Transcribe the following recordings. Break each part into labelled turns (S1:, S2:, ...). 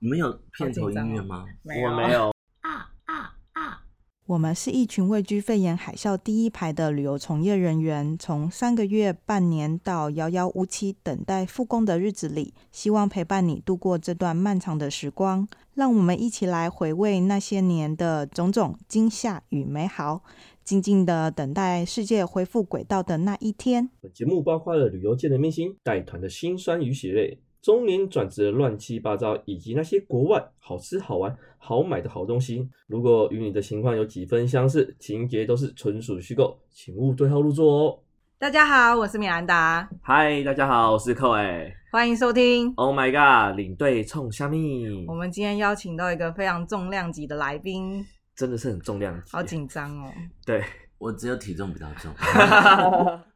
S1: 你们有片头
S2: 哦
S1: 音乐吗？
S2: 我没有。啊
S3: 啊啊！我们是一群位居肺炎海啸第一排的旅游从业人员，从三个月、半年到遥遥无期等待复工的日子里，希望陪伴你度过这段漫长的时光。让我们一起来回味那些年的种种惊吓与美好，静静的等待世界恢复轨道的那一天。
S4: 本节目包括了旅游界的明星、带团的辛酸与血泪。中年转职的乱七八糟，以及那些国外好吃好玩好买的好东西，如果与你的情况有几分相似，情节都是纯属虚构，请勿对号入座哦。
S2: 大家好，我是米兰达。
S4: 嗨，大家好，我是寇哎。
S2: 欢迎收听。
S4: Oh my god，领队冲虾米。
S2: 我们今天邀请到一个非常重量级的来宾，
S4: 真的是很重量级，
S2: 好紧张哦。
S4: 对
S1: 我只有体重比较 重，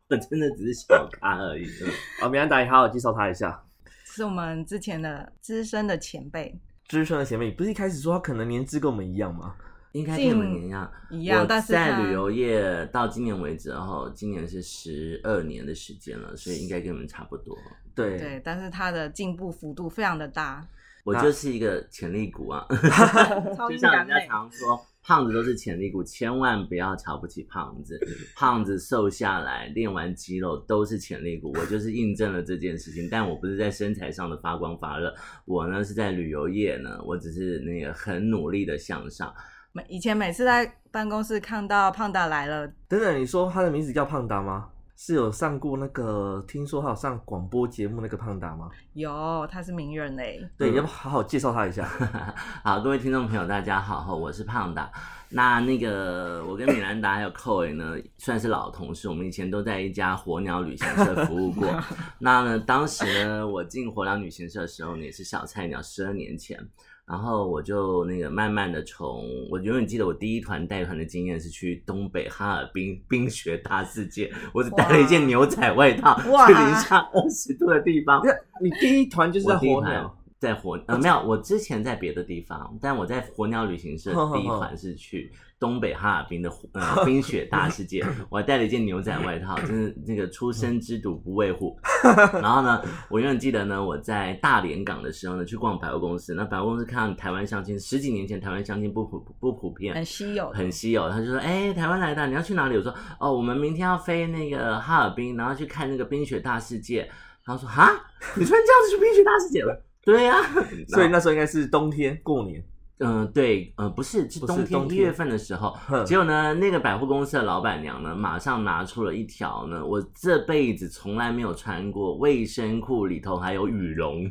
S1: 我真的只是小咖而已。
S4: 哦，米兰达，你好好介绍他一下。
S2: 是我们之前的资深的前辈，
S4: 资深的前辈，你不是一开始说他可能年资跟我们一样吗？
S1: 应该跟我们一样，
S2: 一样。但是
S1: 在旅游业到今年为止，然后今年是十二年的时间了，所以应该跟你们差不多。
S4: 对
S2: 对，但是他的进步幅度非常 的大。
S1: 我就是一个潜力股啊，
S2: 超
S1: 就
S2: 级
S1: 像
S2: 感
S1: 人家
S2: 人。
S1: 常说，胖子都是潜力股，千万不要瞧不起胖子。胖子瘦下来，练完肌肉都是潜力股。我就是印证了这件事情，但我不是在身材上的发光发热，我呢是在旅游业呢，我只是那个很努力的向上。
S2: 每以前每次在办公室看到胖达来了，
S4: 等等，你说他的名字叫胖达吗？是有上过那个，听说他有上广播节目那个胖达吗？
S2: 有他是名人嘞。
S4: 对，
S1: 嗯
S4: 你要不好好介绍他一下？
S1: 好，各位听众朋友，大家好，我是胖达。那那个，我跟米兰达还有寇伟呢，算是老同事，我们以前都在一家火鸟旅行社服 务过。那呢，当时呢，我进火鸟旅行社的时候呢，也是小菜鸟，十二年前。然后我就那个慢慢的从，我永远记得我第一团带团的经验是去东北哈尔滨冰雪大世界，我只带了一件
S2: 哇
S1: 牛仔外套，
S2: 哇
S1: 去零下二十度的地方，
S4: 你第一团就是在
S1: 我第一
S4: 火哦
S1: 团
S4: 鸟，
S1: 在火呃没有，我之前在别的地方，但我在火鸟旅行社第一团是去东北哈尔滨 的火呃冰雪大世界，我还带了一件牛仔外套，真是那个出生之犊不畏 虎。然后呢，我永远记得呢，我在大连港的时候呢，去逛百货公司，那百货公司看到台湾相亲，十几年前台湾相亲不普不普遍，
S2: 很稀有的，
S1: 很稀有。他就说：“哎、台湾来的，你要去哪里？”我说：“哦，我们明天要飞那个哈尔滨，然后去看那个冰雪大世界。”然后说：“哈，你穿这样子去冰雪大世界了？”对呀、
S4: 所以那时候应该是冬天过年。
S1: 嗯、对，呃，不是，是
S4: 不是
S1: 冬天
S4: 冬
S1: 一
S4: 天
S1: 月份的时候，
S4: 哼
S1: 结果呢，那个百货公司的老板娘呢，马上拿出了一条呢，我这辈子从来没有穿过卫生裤，里头还有羽 绒，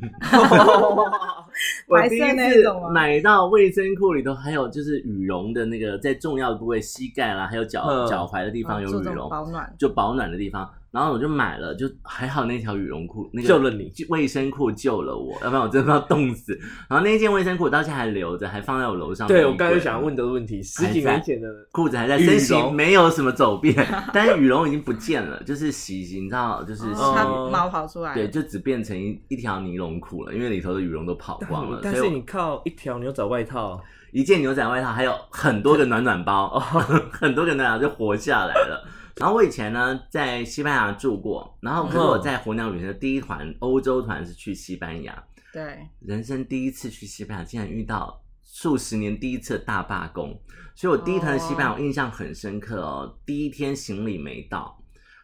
S1: 我
S2: 白
S1: 第
S2: 色
S1: 一
S2: 那
S1: 次
S2: 种吗
S1: 买到卫生裤里头还有就是羽绒的那个，在重要部位膝盖啦，还有脚
S4: 嗯
S1: 脚踝的地
S2: 地
S1: 方有羽绒，
S2: 保暖。
S1: 就保暖的地方，然后我就买了，就还好那条羽绒裤，那个
S4: 救了你
S1: 就卫生裤救了我，要不然我真的要冻死。然后那件卫生裤我到现在还留着，还放啊在我楼上的衣柜。
S4: 对我刚才想问的问题，十几年前的
S1: 裤子还在，
S4: 羽绒
S1: 身形没有什么 走变，但是羽绒已经不见了，就是洗，你知道，就是洗。
S2: 它
S4: 哦
S2: 毛跑出来，
S1: 嗯对，就只变成一一条尼龙裤了，因为里头的羽绒都跑光了，
S4: 但
S1: 嗯所
S4: 是
S1: 以我
S4: 你靠一条牛仔外套，
S1: 一件牛仔外套还有很多个暖暖包， 很多个暖暖就活下来了。然后我以前呢在西班牙住过，然后可是我在火鸟旅行的第一团欧洲团是去西班牙，
S2: 对，
S1: 人生第一次去西班牙，竟然遇到数十年第一次的大罢工，所以我第一团的西班牙
S2: 哦
S1: 我印象很深刻哦。第一天行李没到，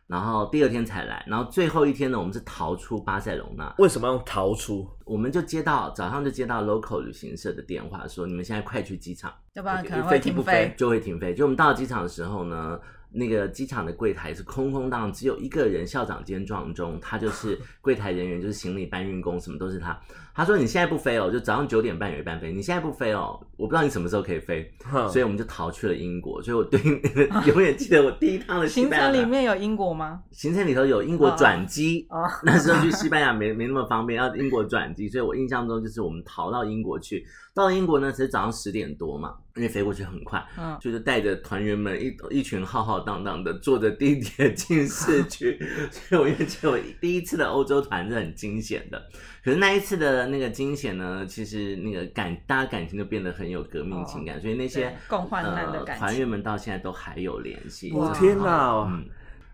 S1: 然后第二天才来，然后最后一天呢，我们是逃出巴塞隆纳，
S4: 为什么要用逃出？
S1: 我们就接到早上就接到 local 旅行社的电话说，你们现在快去机场。
S2: 要不然可能
S4: 飞
S2: 会
S4: 机
S2: 停
S4: 不
S2: 飞。
S1: 就会停飞。 就我们到了机场的时候呢，那个机场的柜台是空空荡，荡，只有一个人，校长兼撞钟，他就是 柜台人员，就是行李搬运工，什么都是他。他说：“你现在不飞哦，就早上九点半有一班飞，你现在不飞哦，我不知道你什么时候可以飞。”
S2: 嗯
S4: 哼
S1: 所以我们就逃去了英国。所以我对 永远记得我第一趟的西
S2: 行
S1: 班牙
S2: 程里面有英国吗？
S1: 行程里头有英国
S2: 哦
S1: 转机。
S2: 哦，
S1: 那时候去西班牙没没那么方便，要英国转机，所以我印象中就是我们逃到英国去，到了英国呢，其实早上十点多嘛，因为飞过去很快，
S2: 嗯，
S1: 就是带着团员们一一群浩浩荡荡的坐着地铁进市 区，所以我就觉得我第一次的欧洲团是很惊险的。可是那一次的那个惊险呢，其实那个感大家感情就变得很有革命情感，所以那些
S2: 哦对共患难的
S1: 呃
S2: 感
S1: 团员
S2: 情。
S1: 们到现在都还有联系。
S2: 哇
S4: 我天
S1: 哪！
S4: 哪！哦
S1: 嗯，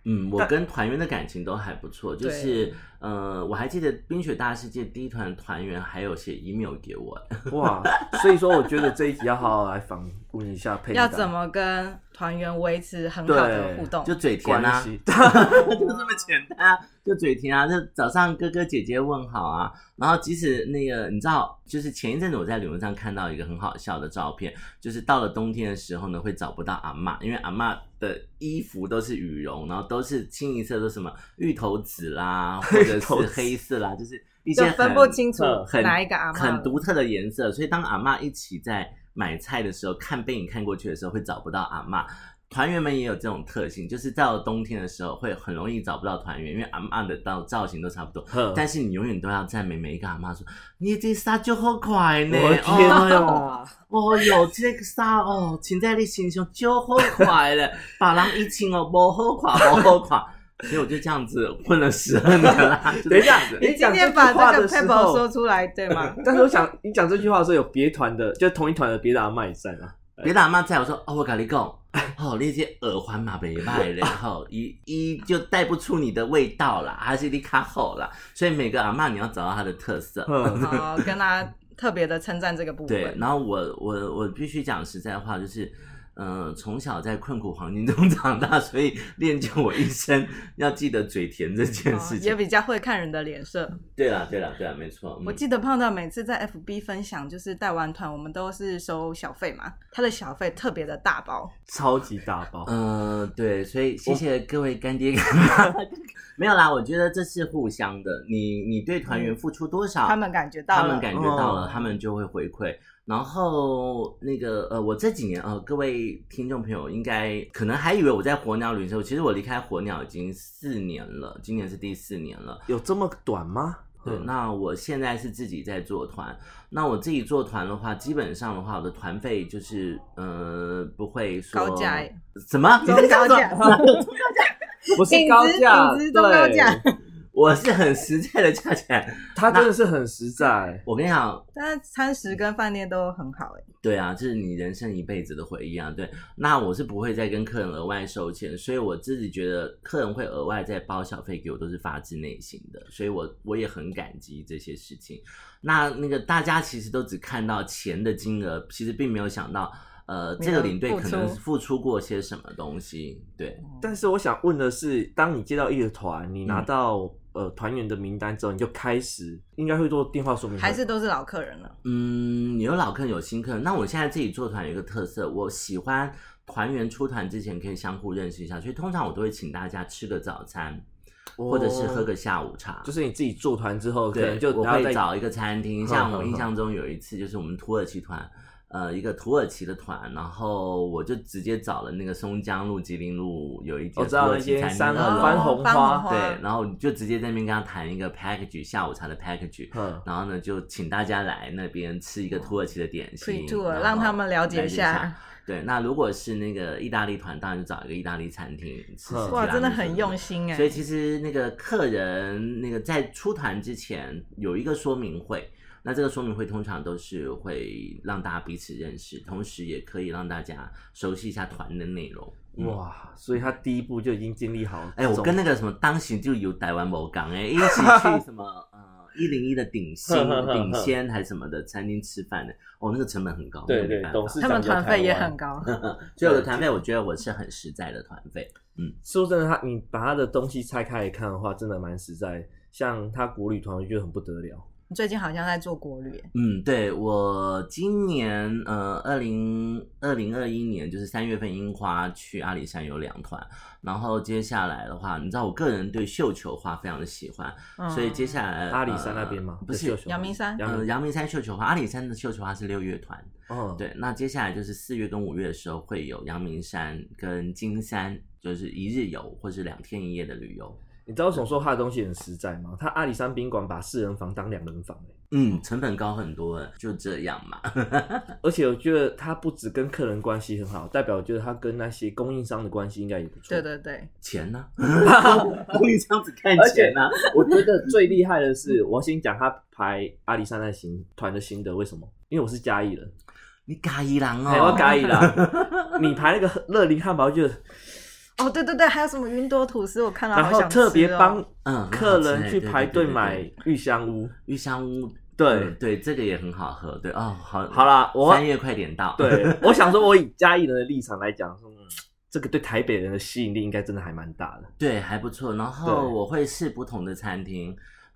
S1: 嗯，我
S4: 但
S1: 跟团员的感情都还不错，就
S2: 对
S1: 是呃，我还记得《冰雪大世界》第一团团员还有写 email 给我，
S5: 哇，所以说我觉得这一集要好好来访问一下佩
S2: 要
S5: 达
S2: 怎么跟团员维持很好的互动
S1: 就？嘴甜
S5: 关
S1: 啊，。
S5: 系
S1: 就这么简单啊，就嘴甜啊，就早上哥哥姐姐问好啊。然后即使那个你知道，就是前一阵子我在理论上看到一个很好笑的照片，就是到了冬天的时候呢，会找不到阿嬷，因为阿嬷的衣服都是羽绒，然后都是清一色都是什么芋头紫啦，或者
S5: 芋
S1: 是
S5: 头紫
S1: 黑色啦，就是一
S2: 就
S1: 些
S2: 分
S1: 很
S2: 不清楚
S1: 呃很
S2: 哪一个阿嬷了
S1: 很独特的颜色。所以当阿嬷一起在买菜的时候，看背影看过去的时候，会找不到阿嬷。团员们也有这种特性，就是到了冬天的时候，会很容易找不到团员，因为阿嬷的造造型都差不多。
S5: 呵
S1: 但是你永远都要赞美每一个阿嬷说：“你这纱就好快呢！”
S5: 我的天啊！
S1: 哦哟，这个纱哦，穿在你身上就好快了，把人一穿哦，不好看，不好看。所以我就这样子混了 十二年啦。 就是
S5: 等一下
S1: 这样，子
S2: 你今
S5: 讲这
S2: 天
S5: 句
S2: 把
S5: 话
S2: 这个
S5: 的时
S2: paper
S5: 候
S2: 说，出来，对吗？
S5: 但是我想 你讲这句话的时候，有别团的，就同一团的别的阿嬷也在吗？
S1: 别的阿妈在我说哦，我跟你讲，哦，你这耳环嘛袂歹然后一一就带不出你的味道啦，还是你卡好啦。所以每个阿妈你要找到她的特色。
S5: 嗯，
S2: 好，跟他特别的称赞这个部
S1: 对，
S2: 分。
S1: 然后我我我必须讲实在话，就是，呃，从小在困苦环境中长大，所以练就我一身要记得嘴甜这件
S2: 哦
S1: 事情。
S2: 也比较会看人的脸色。
S1: 对啦，对啦，对啦，没错。嗯
S2: 我记得胖到每次在 FB 分享，就是带完团，我们都是收小费嘛，他的小费特别的大包，
S5: 超级大包，
S2: 嗯
S1: 呃，对，所以谢谢各位干爹干 妈。没有啦，我觉得这是互相的。你你对团员付出多少，
S2: 他们感觉
S1: 啊
S2: 到了，嗯
S1: 他们感觉到了，
S5: 哦
S1: 他们就会回馈。然后那个呃，我这几年呃，各位听众朋友应该可能还以为我在火鸟旅行社，其实我离开火鸟已经四年了，今年是第四年了。
S5: 有这么短吗？
S1: 对，
S5: 嗯
S1: 那我现在是自己在做团，那我自己做团的话，基本上的话，我的团费就是呃不会说
S2: 高价
S1: 什么？你
S2: 中
S1: 在讲
S2: 高
S1: 什么
S2: 价
S5: 不是
S2: 品质
S5: 高价，
S2: 品
S5: 对，
S2: 质中高价
S1: 我是很实在的价钱。
S5: 他真的是很实在。
S1: 我跟你讲，
S2: 但是餐食跟饭店都很好哎、
S1: 对啊，这是你人生一辈子的回忆啊。对，那我是不会再跟客人额外收钱，所以我自己觉得客人会额外再包小费给我，都是发自内心的，所以我我也很感激这些事情。那那个大家其实都只看到钱的金额，其实并没有想到，呃，
S2: 你
S1: 这个
S2: 的
S1: 领队
S2: 付
S1: 可能
S2: 出
S1: 付出过些什么东西。对，
S5: 但是我想问的是，当你接到一个团，你拿
S2: 嗯
S5: 到、呃团员的名单之后，你就开始应该会做电话说明会，
S2: 还是都是老客人了。
S1: 嗯，有老客人有新客人。那我现在自己做团有一个特色，我喜欢团员出团之前可以相互认识一下，所以通常我都会请大家吃个早餐，或者是喝个下午茶。
S5: 哦就是你自己做团之后，可
S1: 对
S5: 能，就
S1: 我
S5: 然后
S1: 会
S5: 再
S1: 找一个餐厅。像
S5: 呵
S1: 我
S5: 呵
S1: 印
S5: 呵
S1: 象中有一次，就是我们土耳其团，呃，一个土耳其的团，然后我就直接找了那个松江路、吉林路有一
S5: 我
S1: 间
S5: 知
S1: 土
S5: 道
S1: 耳
S5: 那
S1: 其
S5: 些
S1: 餐厅
S5: 三
S1: 二
S2: 哦
S1: 楼
S5: 番红
S2: 番红
S5: 花，
S2: 花
S1: 对，然后就直接在那边跟他谈一个 package 下午茶的 package，
S5: 嗯，
S1: 然后呢，就请大家来那边吃一个土耳其的点心
S2: Pre
S1: 然
S2: tour，
S1: 后
S2: 呃让他们了解一下
S1: 了对，那如果是那个意大利团，当然就找一个意大利餐厅吃。
S5: 嗯
S2: 哇，真的很用
S1: 心。
S2: 心哎、
S1: 所以其实那个客人那个在出团之前有一个说明会，那这个说明会通常都是会让大家彼此认识，同时也可以让大家熟悉一下团的内容。嗯
S5: 哇，所以他第一步就已经建立好。
S1: 哎、我跟那个什么，当时就有台湾某港哎，一起去什么呃一零一 的顶新顶鲜还是什么的餐厅吃饭的，哦，那个成本很高，
S4: 对
S1: 那没
S4: 对
S1: 办法
S4: 董事
S2: 他们团费也很高，
S1: 嗯所以我的团费，我觉得我是很实在的团费。
S5: 说真的，他你把他的东西拆开来看的话，真的蛮实在。像他国旅团，我觉得很不得了。
S2: 最近好像在做国旅、
S1: 嗯，对我今年呃，二零二零二一年就是三月份樱花去阿里山有两团，然后接下来的话，你知道我个人对绣球花非常的喜欢，
S2: 嗯
S1: 所以接下来
S5: 阿里山那边吗
S1: 呃？不是，
S2: 阳明山嗯
S5: 阳
S1: 呃，
S5: 明
S1: 阳明山绣球花，阿里山的绣球花是六月团，
S5: 哦，
S1: 对，那接下来就是四月跟五月的时候会有阳明山跟金山，就是一日游或是两天一夜的旅游。
S5: 你知道为什么说他的东西很实在吗？他阿里山宾馆把四人房当两人房、欸
S1: 嗯，成本高很多了，就这样嘛。
S5: 而且我觉得他不止跟客人关系很好，代表我觉得他跟那些供应商的关系应该也不错。
S2: 对对对，
S1: 钱呢？ 不你这样子看
S5: 而且
S1: 钱啊呢？
S5: 我觉得最厉害的是， 我要先讲他排阿里山的行团的心得，为什么？因为我是嘉义人，
S1: 你咖一郎
S5: 哎
S1: 哦，
S5: 我 要咖喱啦。你排那个乐林汉堡，我觉得
S2: 哦，对对对，还有什么云朵吐司，我看到
S5: 然
S2: 好
S5: 后
S2: 想吃哦。
S5: 特别帮
S1: 嗯
S5: 客人去
S1: 很好吃
S5: 排
S1: 对对对
S5: 队
S1: 对
S5: 买玉香屋。
S1: 玉香屋，
S5: 对
S1: 嗯对，这个也很好喝，对哦，好，
S5: 好啦，我
S1: 三月快点到，
S5: 对，我想说，我以嘉义人的立场来讲，说、嗯、这个对台北人的吸引力应该真的还蛮大的。
S1: 对，还不错。然后
S5: 对
S1: 我会试不同的餐厅，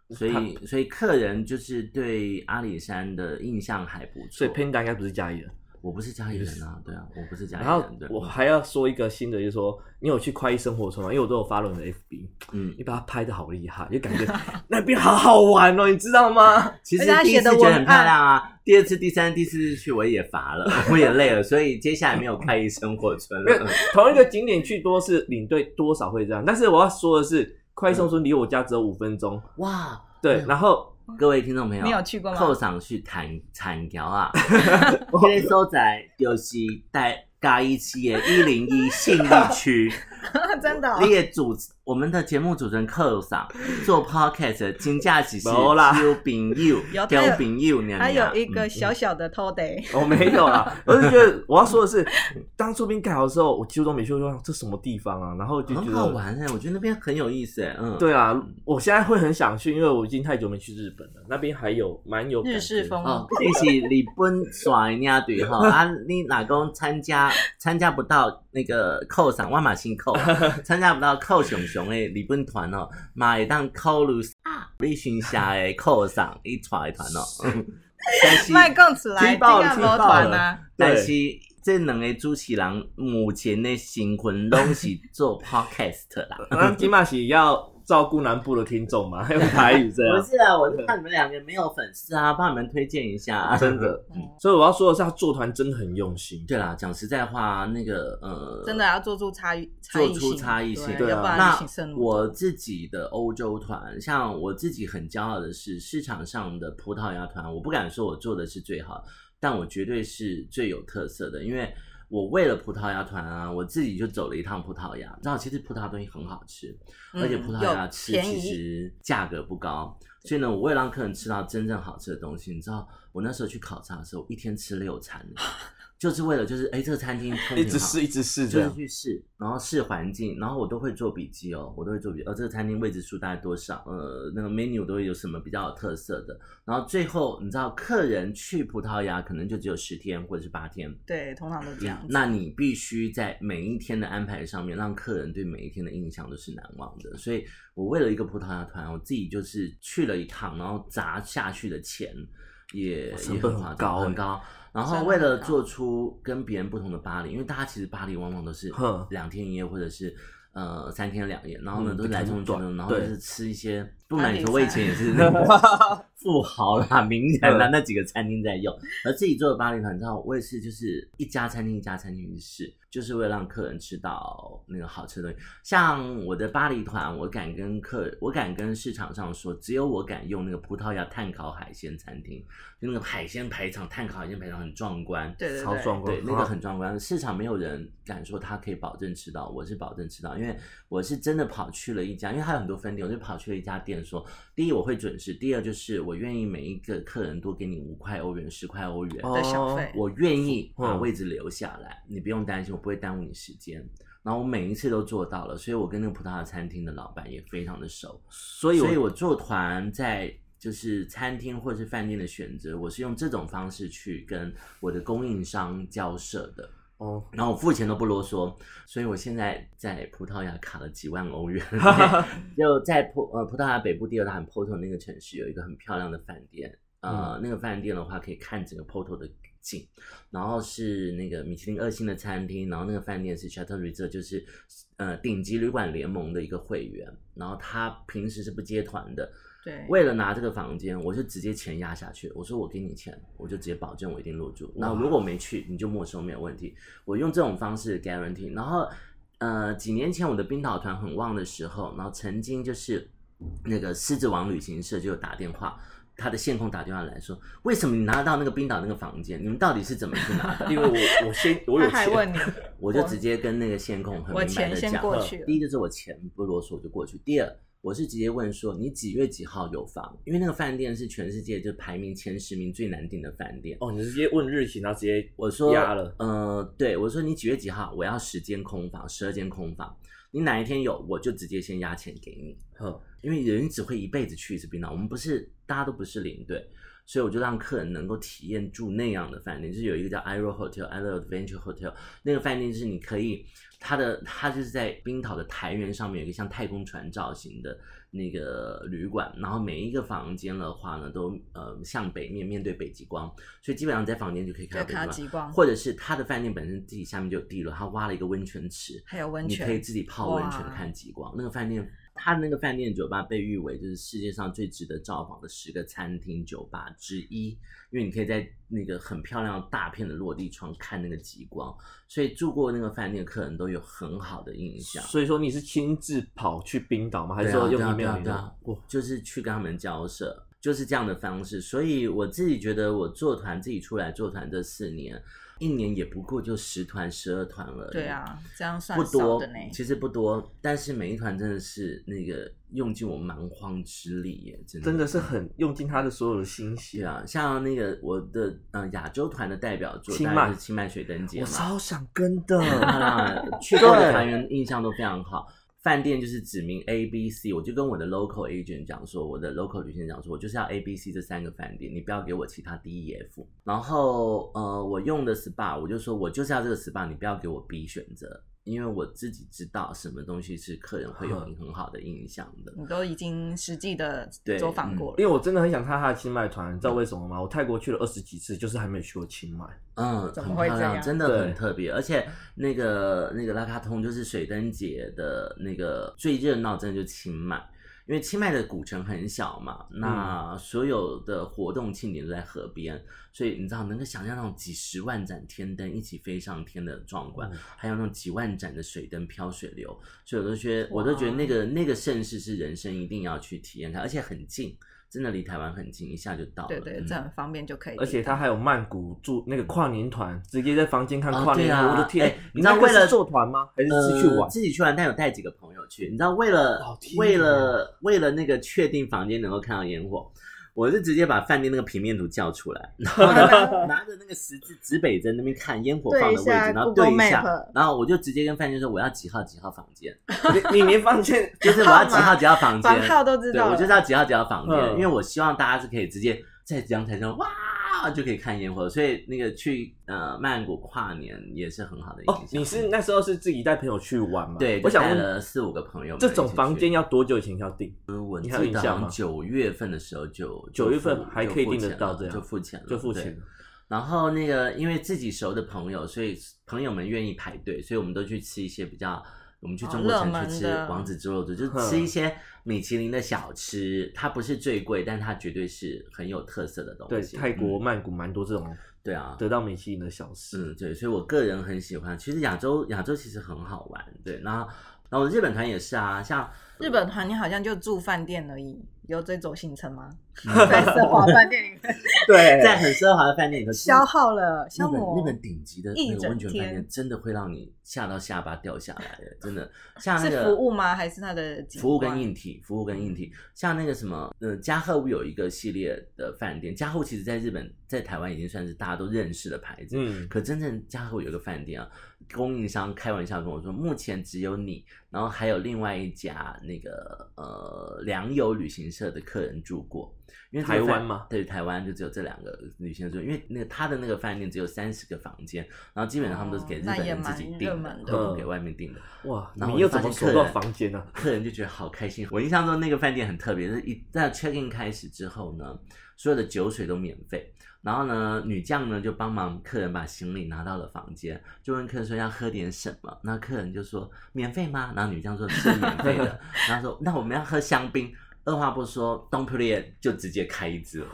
S1: 所以所以客人就是对阿里山的印象还不错。
S5: 所以 Panda 应该不是嘉义人。
S1: 我不是家里人啊，对啊，我不是家里
S5: 然后
S1: 人，对，嗯
S5: 我还要说一个新的，就是说，因为我去快意生活村嘛，因为我都有发了你的 FB，
S1: 嗯
S5: 你，把它拍的好厉害，就感 觉那边好好玩哦，你知道吗？
S1: 其实
S2: 而且他
S1: 第一
S2: 写的
S1: 次觉得很
S2: 文
S1: 漂
S2: 案
S1: 亮啊， 第二次、第三、第四次去我也乏了，我也累了，所以接下来没有快意生活村
S5: 没有
S1: 了。
S5: 同一个景点去多是领队多少会这样，但是我要说的是，快意生活村离我家只有五分钟，
S1: 哇，
S5: 对，然后
S1: 各位听众朋友，
S2: 你有去过吗
S1: 扣上去弹弹条啊，这个所在就是在嘉义市的一零一信义 区。
S2: 真的哦、
S1: 你也主持我们的节目主持人克上做 podcast 的金价只是
S5: 没啦
S1: 交朋友，
S2: 有他有
S1: 交朋友娘娘。
S2: 还有一个
S1: 嗯
S2: 小小的偷 day，、
S5: 我、哦没有啦，我是觉得我要说的是，当初兵改好的时候，我几乎都没去过，这什么地方啊？然后就觉
S1: 很
S5: 得
S1: 好玩哎、我觉得那边很有意思哎、嗯，
S5: 对啊，我现在会很想去，因为我已经太久没去日本了，那边还有蛮有感觉
S2: 日式风
S1: 哦， 你是日本耍人家队哈啊！你哪公参加参加不到那个扣上万马星扣，参加不到扣熊熊的日本团哦，买当扣路啊，你巡下的扣上一团一团哦。但是
S2: 卖供出来，
S5: 踢爆了
S2: 金摩团啊，
S1: 但是这两个主持人目前的新魂拢是做 podcast 啦。
S5: 那金马喜要照顾南部的听众嘛，还 有台语这
S1: 不
S5: 样。
S1: 是啊，我是怕你们两个没有粉丝啊，帮你们推荐一下、啊
S5: 真的，所以我要说的是，他做团真的很用心。
S1: 对啦，讲实在话，那个呃，
S2: 真的要做出差异，差
S1: 做
S2: 异
S1: 出
S2: 性，
S1: 差异性，
S5: 对啊
S2: 要不然
S1: 那
S2: 你胜
S1: 我自己的欧洲团，像我自己很骄傲的是，市场上的葡萄牙团，我不敢说我做的是最好，但我绝对是最有特色的，因为我为了葡萄牙团啊，我自己就走了一趟葡萄牙，你知道其实葡萄牙东西很好吃，
S2: 嗯
S1: 而且葡萄牙吃
S2: 有便
S1: 其
S2: 宜
S1: 实价格不高，所以呢，我为了让客人吃到真正好吃的东西，你知道我那时候去考察的时候，一天吃六 餐呢，就是为了就是哎这个餐厅风
S5: 一
S1: 景
S5: 直
S1: 好
S5: 试，一直试这
S1: 就是
S5: 样。
S1: 去试，然后试环境，然后我都会做笔记哦，我都会做笔记。哦，这个餐厅位置数大概多少？呃，那个 menu 都会有什么比较有特色的？然后最后你知道，客人去葡萄牙可能就只有十天或者是八天，
S2: 对，通常都这样子。
S1: 嗯那你必须在每一天的安排上面，让客人对每一天的印象都是难忘的。所以我为了一个葡萄牙团，我自己就是去了一趟，然后砸下去的钱也
S5: 哇成
S1: 也
S5: 本
S1: 很夸
S5: 很
S1: 张
S5: 高
S1: 很
S5: 欸
S1: 高。然
S2: 真
S1: 后
S2: 的
S1: 为了
S2: 很高
S1: 做出跟别人不同的巴黎，因为大家其实巴黎往往都是
S5: 哼
S1: 两天一夜或者是。呃，三天两夜，然后呢、
S5: 嗯
S1: 都是来
S5: 很
S1: 匆匆
S5: 短
S1: 的，然后就
S5: 对
S1: 是吃一些。不
S2: 巴
S1: 瞒
S2: 黎
S1: 你说，我以
S2: 菜
S1: 前也 是那个富豪啦、名人啦那几个餐厅在用，而自己做的巴黎团，你知道，我也是就是一家餐厅一家餐厅去试，就是为了让客人吃到那个好吃的东西。像我的巴黎团，我敢跟客，我敢跟市场上说，只有我敢用那个葡萄牙炭烤海鲜餐厅，就那个海鲜排场，炭烤海鲜排场很壮观，
S2: 对对
S5: 超
S2: 对，
S5: 壮观
S1: 对，那个很壮观，市场没有人敢说他可以保证吃到，我是保证吃到，因为我是真的跑去了一家，因为它有很多分店，我就跑去了一家店说，第一我会准时，第二就是我愿意每一个客人多给你五块欧元、十块欧元，
S5: 哦
S2: 的小费
S1: 我愿意把
S5: 嗯
S1: 位置留下来，你不用担心，我不会耽误你时间。然后我每一次都做到了，所以我跟那个葡萄牙餐厅的老板也非常的熟，
S5: 所以
S1: 所以
S5: 我
S1: 我做团在就是餐厅或是饭店的选择，我是用这种方式去跟我的供应商交涉的。
S5: 哦，
S1: 然后我付钱都不啰嗦，所以我现在在葡萄牙卡了几万欧元。 就在葡呃葡萄牙北部第二大很 Porto 那个城市有一个很漂亮的饭店，呃，那个饭店的话可以看整个 Porto 的景，然后是那个米其林二星的餐厅，然后那个饭店是 Chateau r i z e 就是呃顶级旅馆联盟的一个会员，然后他平时是不接团的，
S2: 对，
S1: 为了拿这个房间，我就直接钱压下去。我说我给你钱，我就直接保证我一定入住。那如果没去，你就没收没有问题。我用这种方式 guarantee。然后，呃，几年前我的冰岛团很旺的时候，然后曾经就是那个狮子王旅行社就有打电话。他的线控打电话来说：“为什么你拿得到那个冰岛那个房间？你们到底是怎么去拿 的？”
S5: 因为我我先我有
S2: 他还 问
S5: 钱，
S2: 你，
S1: 我就直接跟那个线控很
S2: 我
S1: 明白
S2: 钱
S1: 的
S2: 先
S1: 讲，
S2: 过去了
S1: 第一就是我钱不啰嗦我就过去，第二我是直接问说你几月几号有房，因为那个饭店是全世界就排名前十名最难订的饭店。
S5: 哦，你直接问日期，然后直接
S1: 我说
S5: 压了，
S1: 呃，对我说你几月几号，我要十间空房，十二间空房。你哪一天有，我就直接先压钱给你。
S5: 呵，
S1: 因为人只会一辈子去一次冰岛，我们不是大家都不是领队，所以我就让客人能够体验住那样的饭店，就是有一个叫 Iro Hotel、Iro Adventure Hotel，那个饭店就是你可以，它的它就是在冰岛的台原上面有一个像太空船造型的那个旅馆，然后每一个房间的话呢，都呃向北面面对北极光，所以基本上在房间就可以看
S2: 就
S1: 到北
S2: 看到
S1: 极
S2: 极
S1: 光，
S2: 光，
S1: 或者是它的饭店本身自己下面就有地热，它挖了一个温泉池，
S2: 还有温
S1: 你可以
S2: 泉，
S1: 自己泡温泉
S2: 哇
S1: 看极光。那个饭店，它那个饭店酒吧被誉为就是世界上最值得造访的十个餐厅酒吧之一，因为你可以在那个很漂亮的大片的落地窗看那个极光，所以住过那个饭店的客人都有很好的印象。
S5: 所以说你是亲自跑去冰岛吗？还
S1: 对
S5: 是
S1: 啊
S5: 说用
S1: 对啊
S5: email
S1: 对啊
S5: 联
S1: 对啊
S5: 络？哇，
S1: 就是去跟他们交涉，就是这样的方式。所以我自己觉得，我做团自己出来做团这四年，一年也不过就十团、十二团了。
S2: 对。啊，这样算
S1: 不
S2: 少
S1: 多
S2: 的呢。，
S1: 其实不多，但是每一团真的是那个用尽我蛮荒之力耶，真的
S5: 真的是很用尽他的所有的心
S1: 对
S5: 血。
S1: 啊。像那个我的嗯亚洲团的代表作，
S5: 清
S1: 当
S5: 迈
S1: 然是清迈水灯节
S5: 我
S1: 嘛，
S5: 超想跟的，
S1: 啊 去过的
S5: 对
S1: 团员印象都非常好。饭店就是指明 A、B、C，我就跟我的 local agent 讲说，我的 local 旅行讲说，我就是要 A、B、C 这三个饭店，你不要给我其他 D、E、F。然后呃，我用的 SPA，我就说我就是要这个 SPA，你不要给我 B 选择，因为我自己知道什么东西是客人会有很很好的印象的。
S2: 你都已经实际的
S1: 对
S2: 走访过了，
S5: 因为我真的很想看他的清迈团，你知道为什么吗？我泰国去了二十几次，就是还没有去过清迈。
S1: 嗯，
S2: 怎
S1: 很
S2: 么会
S1: 漂
S2: 这
S1: 亮，
S2: 样
S1: 真的很
S5: 对
S1: 特别。而且那个那个拉卡通就是水灯节的那个最热闹，真的就清迈，因为清迈的古城很小嘛，
S5: 嗯
S1: 那所有的活动庆典都在河边，所以你知道能够想象那种几十万盏天灯一起飞上天的壮观，
S5: 嗯
S1: 还有那种几万盏的水灯飘水流，所以我都觉得我都觉得那个那个盛世是人生一定要去体验它，而且很近，真的离台湾很近，一下就到了。
S2: 对对，
S1: 嗯
S2: 这很方便就可以。
S5: 而且他还有曼谷住那个跨年团，直接在房间看跨
S1: 哦
S5: 年。
S1: 对啊
S5: 我的天
S1: 哎，你知道为了
S5: 那个是做团吗？还是是去
S1: 呃
S5: 玩？
S1: 自己去玩，但有带几个朋友去。你知道，为了、
S5: 哦天哪
S1: 为了为了那个确定房间能够看到烟火，我是直接把饭店那个平面图叫出来，然后 拿拿着那个十字指北针那边看烟火放的位置，
S2: 对一下
S1: 然后对一
S2: Google
S1: 下
S2: Map，
S1: 然后我就直接跟饭店说我要几号几号房间，
S5: 你你连房 间
S1: 就是我要几号几号房间，
S2: 房号都知
S1: 对，
S2: 道
S1: 我
S2: 了，
S1: 就是要几号几号房间，
S5: 嗯
S1: 因为我希望大家是可以直接在阳台上哇就可以看烟火，所以那个去呃曼谷跨年也是很好的印象。
S5: 哦，你是那时候是自己带朋友去玩吗？
S1: 对，
S5: 我想
S1: 就带
S5: 问，
S1: 了四五个朋友们一起
S5: 这
S1: 去，
S5: 种房间要多久以前要订？
S1: 我
S5: 你
S1: 记
S5: 还有印
S1: 得
S5: 象
S1: 好
S5: 吗
S1: 像九月份的时候就
S5: 九月份
S1: 就付
S5: 还可以
S1: 就付
S5: 订得
S1: 钱
S5: 到
S1: 了
S5: 这样
S1: 就付钱了，
S5: 就付
S1: 对
S5: 钱了。
S1: 然后那个因为自己熟的朋友，所以朋友们愿意排队，所以我们都去吃一些比较。我们去
S2: 哦
S1: 中国
S2: 热
S1: 城
S2: 门
S1: 去吃
S2: 的
S1: 王子猪肉肚，就
S5: 哼
S1: 吃一些米其林的小吃，它不是最贵，但它绝对是很有特色的东
S5: 对，
S1: 西。
S5: 泰国、
S1: 嗯
S5: 曼谷蛮多这种
S1: 对啊，
S5: 得到米其林的小吃。
S1: 嗯，对，所以我个人很喜欢。其实亚洲亚洲其实很好玩，对。然后然后日本团也是啊，像
S2: 日本团你好像就住饭店而已，有这种行程吗？
S1: 嗯
S2: 在奢华饭店里面
S5: 对
S1: 在很奢华的饭店里头，
S2: 消耗了
S1: 日
S2: 消
S1: 本
S2: 磨
S1: 日，本顶级的
S2: 一
S1: 那个温泉
S2: 整
S1: 饭
S2: 天
S1: 店，真的会让你吓到下巴掉下来的，真 的。像那
S2: 是
S1: 个
S2: 服务吗？还是它的景
S1: 服务跟
S2: 观嗯
S1: 硬体，服务跟硬体，像那个什么，呃，加贺屋有一个系列的饭店，加贺屋其实在日本、在台湾已经算是大家都认识的牌子，
S5: 嗯，
S1: 可真正加贺有个饭店啊，供应商开玩笑跟我说，目前只有你，然后还有另外一家那个呃良友旅行社的客人住过，因为这个饭
S5: 台湾吗
S1: 对，台湾就只有这两个旅行社，因为那个他的那个饭店只有三十个房间，然后基本上他们都是给日本人自己
S2: 哦那也
S1: 订
S2: 蛮
S1: 的
S2: 热门，的
S5: 嗯
S1: 都不给外面订的。
S5: 哇，
S1: 然后我
S5: 你又
S1: 就发
S5: 怎么
S1: 现
S5: 锁
S1: 客
S5: 到
S1: 人嗯
S5: 房间啊呢？
S1: 客人就觉得好开心。我印象中那个饭店很特别，就是一在 check in 开始之后呢，所有的酒水都免费。然后呢，女将呢就帮忙客人把行李拿到了房间，就问客人说要喝点什么。那客人就说免费吗？然后女将说是免费 的。然后说那我们要喝香槟。二话不说，Don't play 就直接开一支了。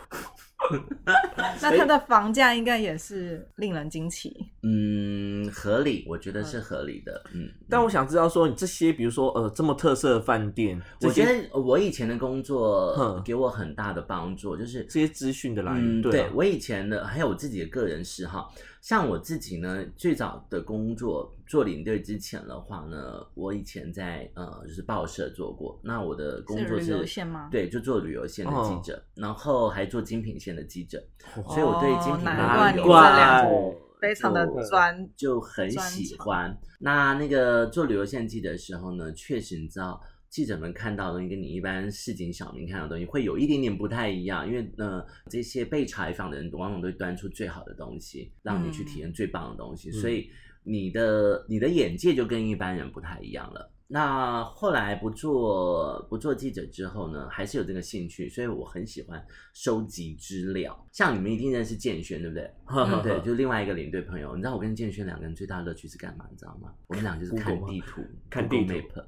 S2: 那它的房价应该也是令人惊奇。
S1: 嗯，合理，我觉得是合理的。嗯，
S5: 但我想知道说，你这些比如说呃这么特色的饭店，这
S1: 我觉
S5: 些
S1: 得我以前的工
S5: 哼
S1: 作给我很大的帮助，就是
S5: 这些资讯的来源，
S1: 嗯，
S5: 对啊
S1: 我以前的还有我自己的个人嗜好，像我自己呢，最早的工作做领队之前的话呢，我以前在呃就是报社做过，那我的工作
S2: 是旅游
S1: 是
S2: 线吗
S1: 对，就做旅游线的记
S5: 哦
S1: 者，然后还做精品线的记者，
S5: 哦
S1: 所以我对精品
S2: 难
S1: 类的
S2: 怪你
S1: 有
S2: 这两
S5: 难怪
S2: 非常的
S1: 就
S2: 专，
S1: 就很喜欢。那那个做旅游线记的时候呢，确实你知道。记者们看到的东西跟你一般市井小民看到的东西会有一点点不太一样，因为呃，这些被采访的人往往都会端出最好的东西，让你去体验最棒的东西，所以你的你的眼界就跟一般人不太一样了。那后来不做不做记者之后呢，还是有这个兴趣，所以我很喜欢收集资料。像你们一定认识建轩，对不对？嗯对，就另外一个领队朋友，你知道我跟建轩两个人最大的乐趣是干嘛？你知道吗？我们俩就是看
S5: Google 吗
S1: 地图，
S5: 看
S1: Google
S5: 地
S1: Map，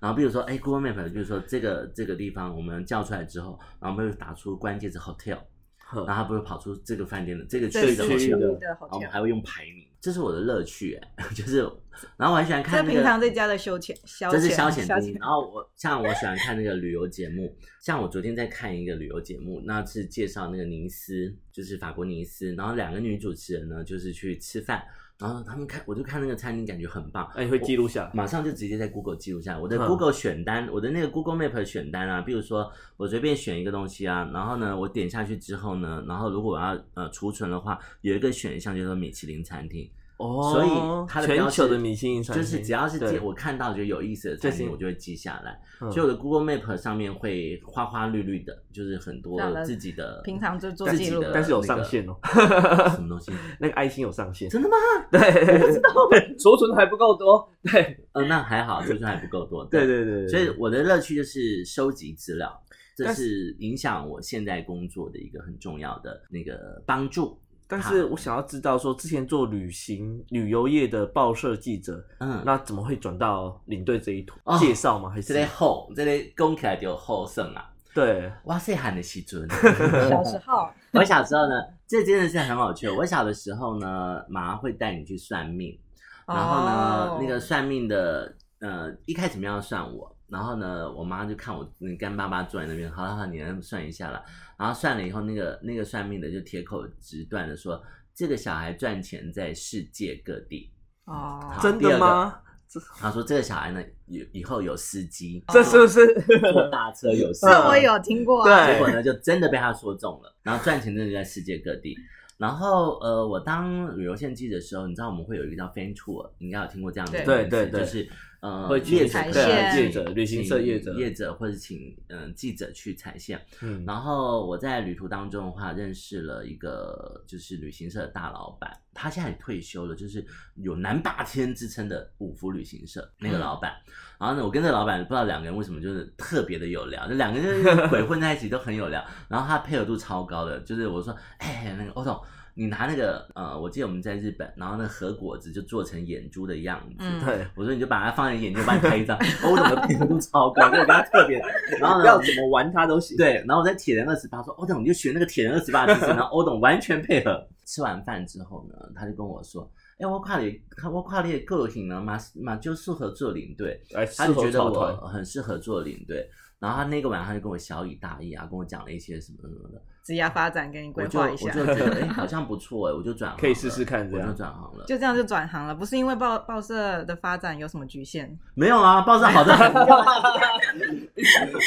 S1: 然后比如说，哎，Google Map，就是说这个这个地方我们叫出来之后，然后我们就打出关键字 hotel，
S5: 呵
S1: 然后它不会跑出这个饭店的这个区
S2: 对
S1: 域的
S2: 市区
S1: hotel，然
S2: 的好
S1: 后我们
S2: 跳。
S1: 还会用排名，这是我的乐趣、哎， 就是，然后我还喜欢
S2: 这
S1: 看那
S2: 平
S1: 个
S2: 常在家的休闲，消
S1: 这是
S2: 遣
S1: 消遣
S2: 消
S1: 之一。然后我像我喜欢看那个旅游节目，像我昨天在看一个旅游节目，那是介绍那个尼斯，就是法国尼斯，然后两个女主持人呢就是去吃饭，然后他们看我就看那个餐厅，感觉很棒。
S5: 那你会记录下来？
S1: 马上就直接在 Google 记录下来。我的
S5: 嗯
S1: Google 选单，我的那个 Google Map 选单啊，比如说我随便选一个东西啊，然后呢，我点下去之后呢，然后如果我要呃储存的话，有一个选项叫做米其林餐厅，
S5: 哦
S1: 所以它的标
S5: 全
S1: 志
S5: 球的明星餐厅
S1: 就是只要是
S5: 对
S1: 记我看到觉得有意思的餐
S5: 最
S1: 厅，
S5: 新
S1: 我就会记下来。
S5: 嗯
S1: 所以我的 Google Map 上面会花花绿绿的，就是很多
S2: 这样的
S1: 自己的
S2: 平常就做
S1: 自
S2: 记
S1: 己
S2: 录
S1: 的，
S5: 但是有上限哦
S1: 什么东西？
S5: 那个爱心有上限，
S1: 真的吗？
S5: 对，不知道， 储存还不够多，对，
S1: 呃，那还好，就是还不够 多。
S5: 对对对，对
S1: 所以我的乐趣就是收集资料，这
S5: 但
S1: 是影响我现在工作的一个很重要的那个帮助。
S5: 但是我想要知道说，之前做旅行旅游业的报社记者，
S1: 嗯，
S5: 那怎么会转到领队这一途？
S1: 哦
S5: 介绍吗？还
S1: 这
S5: 是
S1: 类后这类讲起来就有后生啊，
S5: 对？
S1: 哇塞，喊的时准。
S2: 小时候，
S1: 我小时候呢，这真的是很有趣。我小的时候呢，妈会带你去算命，然后呢，
S2: 哦
S1: 那个算命的，呃，一开始没有算我，然后呢，我妈就看我嗯干巴巴坐在那边，好了好了，你来算一下了。然后算了以后，那个那个算命的就铁口直断的说，这个小孩赚钱在世界各地。
S2: 哦，
S1: 好
S5: 真的吗？
S1: 他说这个小孩呢，以以后有司机，
S5: 这是不是？
S1: 坐大车有司
S2: 这
S1: 机，
S2: 我有听过啊，
S5: 对
S1: 结果呢，就真的被他说中了，然后赚钱真的在世界各地。然后呃，我当旅游线记的时候，你知道我们会有一个叫 fan tour，你应该有听过这样的
S2: 对
S1: 东西
S5: 对对对
S1: 就是呃，
S5: 会
S1: 业
S5: 请
S1: 者
S2: 采
S1: 对
S2: 线
S1: 请
S2: 业
S5: 者旅行社
S1: 请
S5: 业者
S1: 业者或者请嗯、呃记者去踩线。
S5: 嗯
S1: 然后我在旅途当中的话，认识了一个就是旅行社的大老板，他现在也退休了，就是有南霸天之称的五福旅行社那个老板。然后呢，我跟这个老板不知道两个人为什么就是特别的有聊，就两个人就是鬼混在一起都很有聊。然后他配合度超高的，就是我说，哎，那个欧总。你拿那个呃，我记得我们在日本，然后那个和果子就做成眼珠的样子，
S2: 嗯
S5: 对，
S1: 我说你就把它放在眼睛，我帮你拍一张。哦，我怎么配合度超高？就我跟他特 别，然后呢，
S5: 要怎么玩它都行。
S1: 对，然后我在铁人二十八说，欧董你就学那个铁人二十八的 姿势，然后欧董完全配合。吃完饭之后呢，他就跟我说，哎、我跨里，我跨列个性呢，马马就适合做领队，
S5: 来，
S1: 他就
S5: 适合
S1: 觉得
S5: 草
S1: 我哦
S5: 团
S1: 很适合做领队。然后他那个晚上就跟我小以大义啊，跟我讲了一些什么什么的，
S2: 职业发展给你规
S1: 我就
S2: 划
S1: 我
S2: 一
S1: 就
S2: 下，
S1: 觉得 哎、好像不错哎、我就转行了
S5: 可以试试看这
S1: 我
S5: 样
S1: 就转行了。
S2: 就这样就转行了，不是因为报报社的发展有什么局限，
S1: 没有啊，报上好的，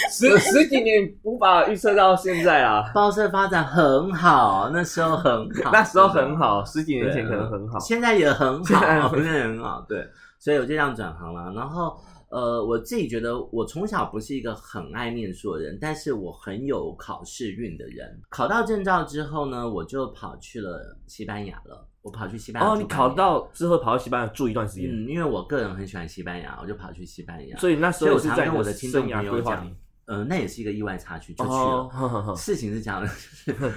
S5: 十十几年无法预测到现在啊，
S1: 报社发展很好，那时候很好，
S5: 那时候很
S1: 好。
S5: 好，十几年
S1: 对
S5: 前可能很好。
S1: 现在也很好，
S5: 现
S1: 现
S5: 在
S1: 在
S5: 很
S1: 很好，对，所以我就这样转行了。然后呃，我自己觉得我从小不是一个很爱念书的人，但是我很有考试运的人。考到证照之后呢，我就跑去了西班牙了，我跑去西班牙
S5: 哦，
S1: 住
S5: 你
S1: 半
S5: 考
S1: 年
S5: 到之后跑到西班牙住一段时间，
S1: 嗯，因为我个人很喜欢西班牙，我就跑去西班牙。
S5: 所以那时
S1: 所
S5: 候
S1: 以我
S5: 是
S1: 常
S5: 在
S1: 跟
S5: 你
S1: 我的听众
S5: 生涯
S1: 朋友
S5: 规划
S1: 讲
S5: 里
S1: 呃，那也是一个意外插曲，就去了。
S5: 哦呵呵呵
S1: 事情是这 样的，就是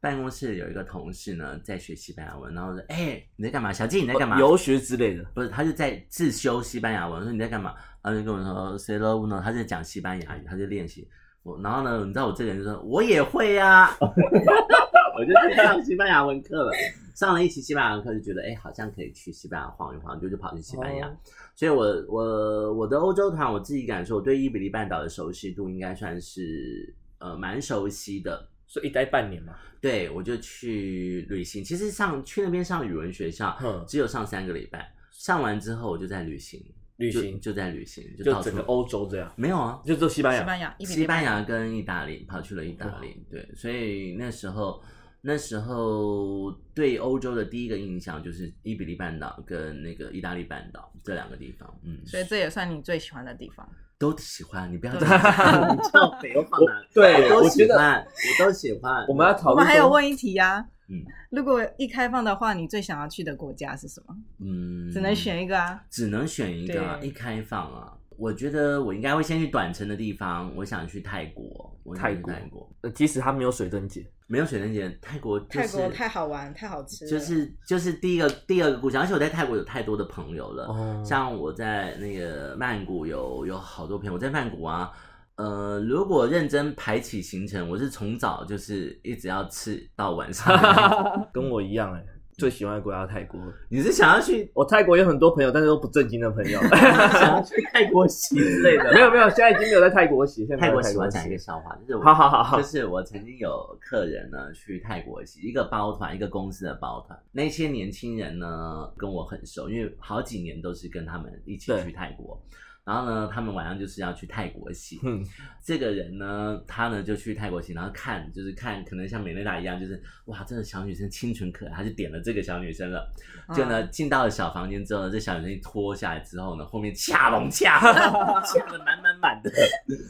S1: 办公室有一个同事呢在学西班牙文，然后说：“哎、你在干嘛？小静 你在干嘛？”
S5: 游学之类的。
S1: 不是，他就在自修西班牙文。我说你在干嘛？然后就跟我说呃 “say lo uno”，他在讲西班牙语，他就练习。我然后呢，你知道我这个人就说我也会呀、我就去上西班牙文课了。上了一期西班牙文课，就觉得哎、好像可以去西班牙晃一晃，就就跑去西班牙。
S5: 哦
S1: 所以我我我的欧洲团，我自己感受，我对伊比利半岛的熟悉度应该算是呃蛮熟悉的。
S5: 所以一待半年嘛，
S1: 对，我就去旅行。其实上去那边上语文学校，
S5: 哼，
S1: 只有上三个礼拜，上完之后我就在旅行，
S5: 旅
S1: 就
S5: 行
S1: 就在旅行，
S5: 就
S1: 到处
S5: 整个欧洲这样，
S1: 没有啊，
S5: 就只有哎西班
S2: 西
S5: 牙。
S2: 班牙、伊比
S1: 西
S2: 利
S1: 班牙跟意大利跑去了意大利，对，所以那时候那时候对欧洲的第一个印象就是伊比利半岛跟那个意大利半岛这两个地方，嗯，
S2: 所以这也算你最喜欢的地方。
S1: 都喜欢。你不要
S2: 对
S1: 这样讲，你知道北欧放哪？
S5: 对
S1: 都
S5: 我觉
S1: 喜
S5: 得
S1: 欢，我都喜欢。
S5: 我们要讨
S2: 我们
S5: 论说，
S2: 还有问一题呀、
S1: 嗯
S2: 如果一开放的话，你最想要去的国家是什么？
S1: 嗯，
S2: 只能选一个啊。
S1: 只能选一个啊，
S2: 对
S1: 一开放啊。我觉得我应该会先去短程的地方，我想去泰国。我想去
S5: 泰国
S1: 泰国
S5: 呃即使他没有水灯节，
S1: 没有水灯节，泰国就是
S2: 好玩，太好吃
S1: 就是就是第一个第二个故乡，而且我在泰国有太多的朋友了。
S5: 哦
S1: 像我在那个曼谷有有好多朋友，我在曼谷啊，呃，如果认真排起行程，我是从早就是一直要吃到晚上的那种。
S5: 跟我一样哎、最喜欢的国家泰国。
S1: 你是想要去
S5: 我泰国有很多朋友，但是都不正经的朋 友。
S1: 想要去泰国洗 之类的？
S5: 没有没有，现在已经没有在泰国洗，现在没
S1: 泰
S5: 有
S1: 国
S5: 在
S1: 洗，我
S5: 泰国
S1: 要讲一个
S5: 洗。
S1: 笑话，就是我
S5: 好好好好
S1: 就是我曾经有客人呢去泰国洗，一个包团，一个公司的包团，那些年轻人呢跟我很熟，因为好几年都是跟他们一起
S5: 对
S1: 去泰国。然后呢，他们晚上就是要去泰国洗。
S5: 嗯，
S1: 这个人呢，他呢就去泰国洗，然后看就是看，可能像美内达一样，就是哇，这个小女生清纯可爱，他就点了这个小女生了。
S2: 嗯
S5: 嗯
S1: 就呢，进到了小房间之后呢，这小女生一脱下来之后呢，后面恰隆恰隆恰的满满满的，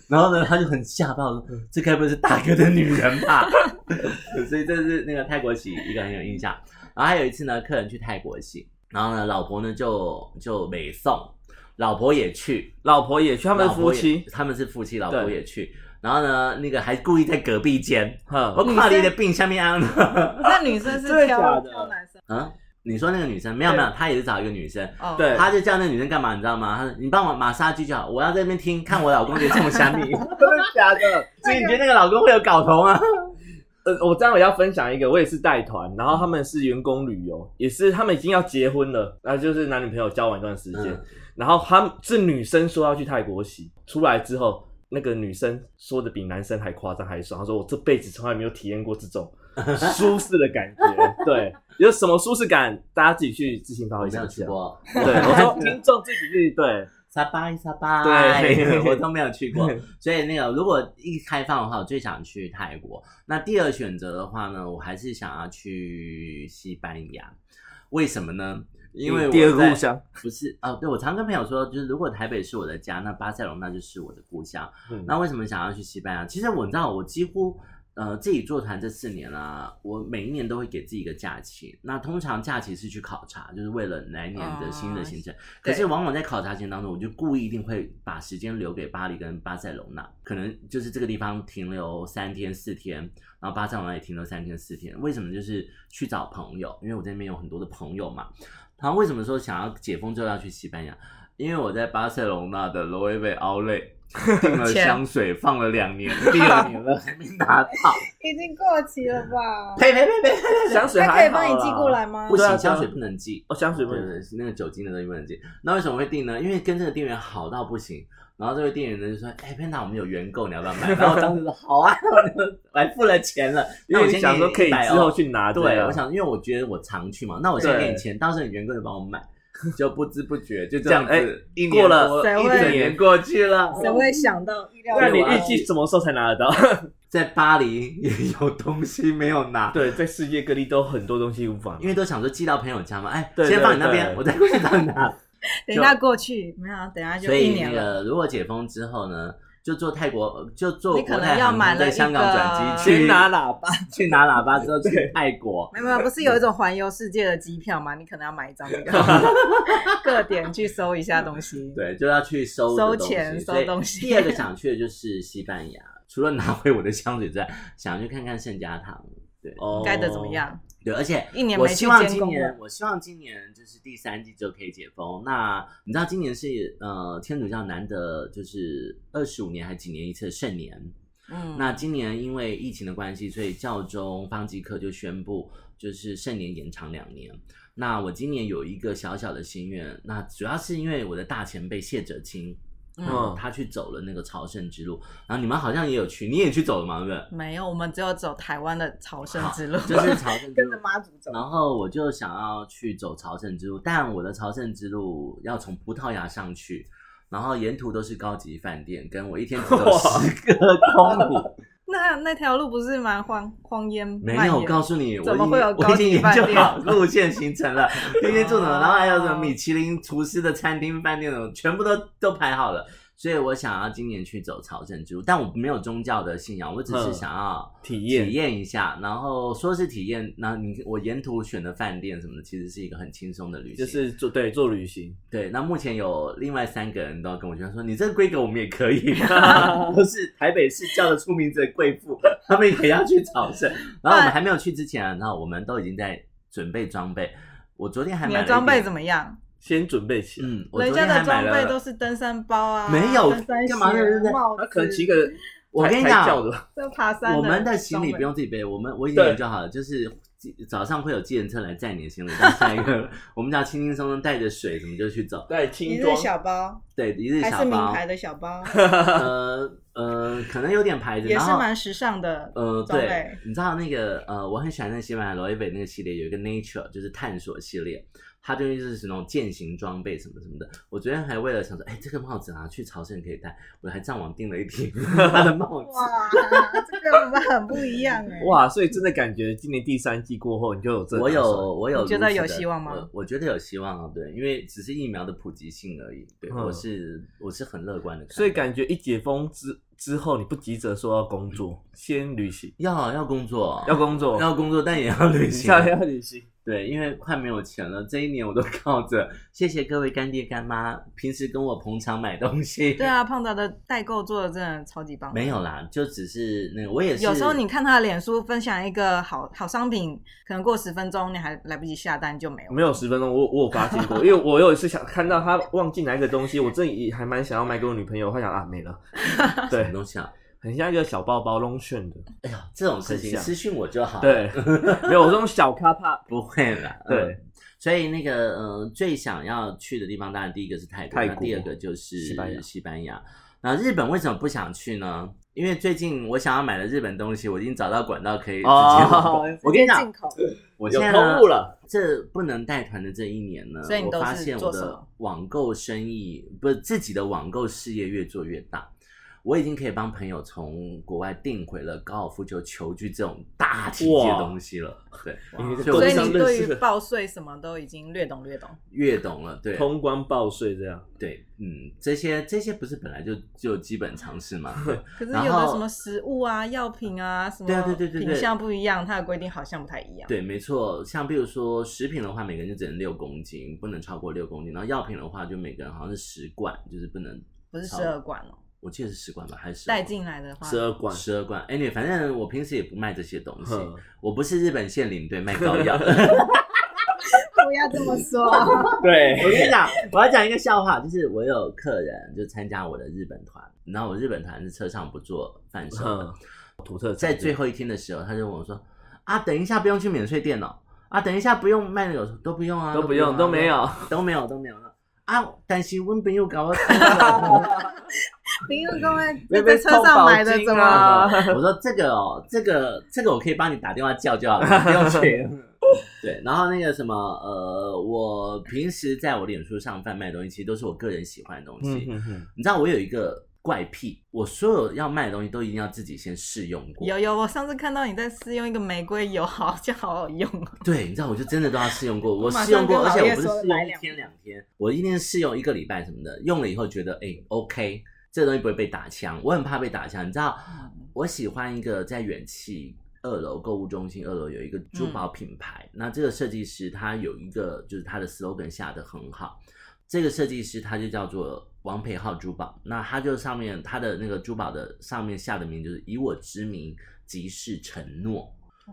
S1: 然后呢，他就很吓到，说
S5: 嗯
S1: 这该不会是大哥的女人 吧？所以这是那个泰国洗一个很有印象。然后还有一次呢，客人去泰国洗，然后呢，老婆呢就就美送，老婆也去，
S5: 老婆也去，
S1: 他
S5: 他们是夫妻。
S1: 他们是夫妻，老婆
S5: 对
S1: 也去。然后呢，那个还故意在隔壁间，我
S5: 哼，
S1: 跨你的病下面啊 安了。
S2: 那女生是
S5: 真的假
S2: 挑
S5: 的
S2: 挑男生
S1: 啊，你说那个女生没有没有，他也是找一个女生，
S2: 哦，
S5: 对
S1: 他就叫那个女生干嘛，你知道吗？他说你帮我马杀鸡就好，我要在那边听，看我老公给中虾 米。
S5: 真的假的？
S1: 所以你觉得那个老公会有搞头吗？
S5: 呃，我这样我要分享一个，我也是带团，然后他们是员工旅游，也是他们已经要结婚了，然后就是男女朋友交往一段时间，
S1: 嗯
S5: 然后他们是女生说要去泰国洗，出来之后，那个女生说的比男生还夸张还爽，她说我这辈子从来没有体验过 这种舒适的感觉，对，有什么舒适感，大家自己去自行发
S1: 我
S5: 挥
S1: 没
S5: 想
S1: 有去
S5: 象。
S1: 过，
S5: 对，我 说听众自己去对，
S1: 沙巴沙巴，
S5: 对
S1: 我都没有去 过。所以那个如果一开放的话，我最想去泰国。那第二选择的话呢，我还是想要去西班牙。为什么呢？ 因为我
S5: 第二个
S1: 在
S5: 故乡
S1: 不是哦，对我常跟朋友说，就是如果台北是我的家，那巴塞隆那就是我的故乡。
S5: 嗯
S1: 那为什么想要去西班牙？其实我知道，我几乎呃自己做团这四年啦、我每一年都会给自己一个假期。那通常假期是去考察，就是为了来年的新的行程。可
S2: 对
S1: 是往往在考察前当中，我就故意一定会把时间留给巴黎跟巴塞隆那，可能就是这个地方停留三天四天，然后巴塞罗那也停留三天四天。为什么？就是去找朋友，因为我在那边有很多的朋友嘛。然后为什么说想要解封之后要去西班牙？因为我在巴塞隆那的 Loewe Outlet 订了
S2: 钱
S1: 香水，放了两年，第 二年了还没 拿到。
S5: 啊
S2: 已经过期了吧？
S1: 呸呸呸呸！
S5: 香水
S2: 他
S5: 还
S2: 可以
S5: 好
S2: 帮你寄
S5: 啦
S2: 过来，吗？
S1: 不
S5: 对啊
S1: 行，香水不能寄。
S5: 哦，香
S1: 对
S5: 水不
S1: 对
S5: 能
S1: 对，是那个酒精的东西不能进。那为什么会订呢？因为跟这个店员好到不行。然后这位店员呢就说：“哎、p a n d a 我们有原购，你要不要 买？”然后我当时说：“好啊，我还付了钱了。”
S5: 因
S1: 那我
S5: 为
S1: 先
S5: 你想
S1: 给
S5: 说可以
S1: 100
S5: 之后去拿，
S1: 对，
S5: 啊
S1: 我想，因为我觉得我常去嘛，那我先
S5: 对
S1: 给你钱，到时候你员工就帮我买，就不知不觉就这
S5: 这样
S1: 样
S5: 哎
S1: 子，一
S5: 过
S1: 年
S5: 了
S1: 多
S2: 谁
S1: 一
S2: 会
S1: 整年过去了。
S2: 谁会想到意料之
S5: 那你
S2: 外
S5: 预计什么时候才拿得到？
S1: 在巴黎也有东西没有拿，
S5: 对，在世界各地都很多东西无法
S1: 因为都想说寄到朋友家嘛，哎，
S5: 对
S1: 先
S5: 对
S1: 放你那
S5: 对
S1: 边，我再过去帮你拿。
S2: 等一下过去没有啊？等一 下就
S1: 所
S2: 一
S1: 以
S2: 年
S1: 那
S2: 了。
S1: 个如果解封之后呢，就坐泰国，就坐
S2: 你可
S1: 国
S2: 能
S1: 泰
S2: 要
S1: 航空
S2: 买了
S1: 在
S2: 一
S1: 香港
S2: 个
S1: 转机
S5: 去
S1: 去
S5: 拿喇叭。
S1: 去拿喇叭之后去泰国。
S2: 没有没有，不是有一种环游世界的机票吗？你可能要买一 张这个，各点去搜一下东西。
S1: 对，就要去收
S2: 收
S1: 的东西
S2: 钱
S1: 所以
S2: 收东西
S1: 第二个想去的就是西班牙，除了拿回我的香水之外，想去看看圣家堂。对，
S5: 哦
S2: 该的怎么？样？
S1: 对，而且
S2: 一年
S1: 我
S2: 没
S1: 希
S2: 去
S1: 望
S2: 监
S1: 今
S2: 工
S1: 年
S2: 了，
S1: 我希望今年就是第三季就可以解封。那你知道今年是呃天主教难得就是二十五年还几年一次的圣年，
S2: 嗯，
S1: 那今年因为疫情的关系，所以教宗方济克就宣布，就是圣年延长两年。那我今年有一个小小的心愿，那主要是因为我的大前辈谢哲青，嗯，他去走了那个朝圣之路，然后你们好像也有去，你也去走了吗？对不对？
S2: 没有，我们只有走台湾的朝圣之路，
S1: 就是 朝圣之
S2: 跟着
S1: 路。
S2: 妈祖走。
S1: 然后我就想要去走朝圣之路，但我的朝圣之路要从葡萄牙上去，然后沿途都是高级饭店，跟我一天只走
S5: 哇
S1: 十个公里，
S2: 那那条路不是蛮荒荒烟蔓
S1: 没
S2: 延？
S1: 有，我告诉你，我
S2: 怎
S1: 已
S2: 么
S1: 经
S2: 会有
S1: 我
S2: 高
S1: 已经
S2: 级
S1: 研
S2: 饭
S1: 究
S2: 店
S1: 好路线行程 了，今天住什么，然后还有什么
S2: 哦
S1: 米其林厨师的餐厅、饭店什么，全部都都排好了。所以我想要今年去走朝圣之路，但我没有宗教的信仰，我只是
S5: 嗯
S1: 想要
S5: 体
S1: 体
S5: 验
S1: 验一下，然后说是体验，然后你我沿途选的饭店什么的，其实是一个很轻松的旅行。
S5: 就是做对做旅行，
S1: 对，那目前有另外三个人都要跟我讲说，你这个规格我们也可 以，都是台北市叫得出名字的贵妇， 他们也要去朝圣。然后我们还没有去之前啊，然后我们都已经在准备装备。我昨天还
S2: 你
S1: 买
S2: 的
S1: 了
S2: 装备
S1: 么？
S2: 怎么样？
S5: 先准备起来。
S1: 嗯，我
S2: 人
S1: 昨
S2: 家
S1: 天
S2: 的
S1: 还买
S2: 装备
S1: 了
S2: 都是登山包啊，
S1: 没有
S2: 登山鞋
S1: 干嘛呢对不对
S2: 帽子，
S5: 他可能骑个
S1: 我跟你
S5: 抬
S1: 讲
S5: 抬轿的，
S2: 这爬山
S1: 我们的行李不用自己背，我们我已经
S5: 对
S1: 研究好了，就是早上会有计程车来载你的行李，到下一 个我们只要轻轻松松带着水，怎么就去走？
S2: 装
S5: 带
S2: 备，一
S5: 轻
S2: 日
S5: 装，
S2: 小包
S1: 对，一日
S2: 还
S1: 小
S2: 是名
S1: 包，
S2: 牌的小 包，
S1: 呃呃，可能有点牌子，
S2: 也
S1: 然
S2: 是
S1: 后
S2: 蛮时尚的
S1: 呃，
S2: 装
S1: 对
S2: 备，。
S1: 你知道那个呃，我很喜欢那个西班牙罗意北那个系列，有一个 Nature，就是探索系列，它就是那种健行装备什么什么的。我昨天还为了想说，哎，这个帽子啊，去朝圣可以戴，我还上网订了一顶 它的帽子。
S2: 哇，这 个我们很不一样哎。
S5: 哇！所以真的感觉今年第三季过后，你就有这个
S1: 我
S5: 打算
S1: 有，我有
S2: 你觉
S1: 如
S2: 得
S1: 此
S2: 有
S1: 的
S2: 希望吗
S1: 呃我觉得有希望啊，对，因为只是疫苗的普及性而已。对，
S5: 嗯
S1: 我是我是很乐观的看待，
S5: 所以感觉一解封之之后，你不急着说要工作，先旅行，
S1: 要要工作，啊
S5: 要工作，
S1: 要工作，但也 要旅行。啊
S5: 要要旅行，
S1: 对，因为快没有钱了，这一年我都靠着谢谢各位干爹干妈，平时跟我捧场买东西。
S2: 对，啊，胖达的代购做的真的超级棒。
S1: 没有啦，就只是那个我也是。
S2: 有时候你看他的脸书分享一个好好商品，可能过十分钟你还来不及下单就没有。
S5: 没有十分钟，我我有发 现过，因为我有一次想看到他忘记拿一个东西，我真的也还蛮想要买给我女朋友，她想啊 没了，
S1: 什么
S5: 对，
S1: 东西啊？
S5: 很像一个小包包 long 炫的，
S1: 哎呀，这种事
S5: 很
S1: 情
S5: 像
S1: 私信我就好。，
S5: 对， 没有我这种小咖怕
S1: 不会啦。嗯
S5: 对，
S1: 所以那个呃，最想要去的地方，当然第一个是泰国，
S5: 泰
S1: 那
S5: 国
S1: 第二个就是
S5: 西班牙
S1: 西班牙。那日本为什么不想去呢？因为最近我想要买的日本东西，我已经找到管道可以直接。
S5: 哦
S1: 我跟你讲
S2: 进，口
S1: 我现
S5: 有
S1: 在
S5: 通
S1: 呢
S5: 路了，
S1: 这不能带团的这一年呢，
S2: 所以你都
S1: 我
S2: 是
S1: 发现我
S2: 做什
S1: 的
S2: 么
S1: 网购生意不是自己的网购事业越做越大，我已经可以帮朋友从国外订回了高尔夫球球具这种大体积的
S5: 哇
S1: 东西了。对，
S5: 因为是
S1: 我
S2: 所
S5: 工
S2: 以
S5: 商
S2: 你
S5: 认
S2: 对
S5: 识
S2: 于
S5: 的
S2: 报税什么都已经略懂略懂。
S1: 越懂了，对
S5: 通关报税这样，
S1: 对，嗯，这些这些不是本来就就基本常识 嘛？对
S2: 可是
S1: 然
S2: 有
S1: 后
S2: 的什么食物啊、药品啊，什么
S1: 对啊对对对对
S2: 品相不一样，它的规定好像不太一样。
S1: 对，没错。像比如说食品的话，每个人就只能六公斤，不能超过六公斤。然后药品的话，就每个人好像是十罐，就是不能，
S2: 不是十二罐哦，
S1: 我记得是十罐吧，还是12
S2: 带
S1: 罐
S2: 进来的话，
S5: 十二关，
S1: 十二罐。anyway，反正我平时也不卖这些东西，
S5: 哼
S1: 我不是日本县领队卖膏药。
S2: 不要这么说。
S5: 对
S1: 我跟你讲，我要讲一个笑话，就是我有客人就参加我的日本团，然后我日本团是车上不做贩售的，
S5: 嗯，土特产
S1: 在最后一天的时候，他就问我说：“啊，等一下不用去免税店哦，啊，等一下不用卖那个，我说都不用啊，
S5: 都不用
S1: 啊
S5: 都没有，
S1: 都没有，都没有。”啊，但是温朋友搞我。
S2: 林佑公在
S5: 那
S2: 在
S5: 边
S2: 车上买的怎
S5: 痛宝
S2: 么？
S5: 啊
S1: 我说这个哦，这个这个我可以帮你打电话叫就好 了，不用去。对，然后那个什么，呃，我平时在我脸书上贩卖的东西，其实都是我个人喜欢的东西。
S5: 嗯嗯嗯，
S1: 你知道我有一个怪癖，我所有要卖的东西都一定要自己先试用过。
S2: 有有，我上次看到你在试用一个玫瑰油，好像好好用哦。
S1: 对，你知道我就真的都要试 用过，我
S2: 马上
S1: 试用过，
S2: 跟
S1: 而
S2: 老
S1: 且我
S2: 叶
S1: 不是
S2: 说
S1: 试用
S2: 来
S1: 一
S2: 两
S1: 天
S2: 瓶
S1: 两天，我一定试用一个礼拜什么的，用了以后觉得哎、OK，这东西不会被打枪，我很怕被打枪，你知道，
S2: 嗯
S1: 我喜欢一个在远气。二楼购物中心，二楼有一个珠
S2: 嗯
S1: 宝品牌。那这个设计师他有一个，就是他的 slogan 下的很好。这个设计师他就叫做王培浩珠宝。那他就上面他的那个珠宝的上面下的名就是“以我之名，即是承诺”。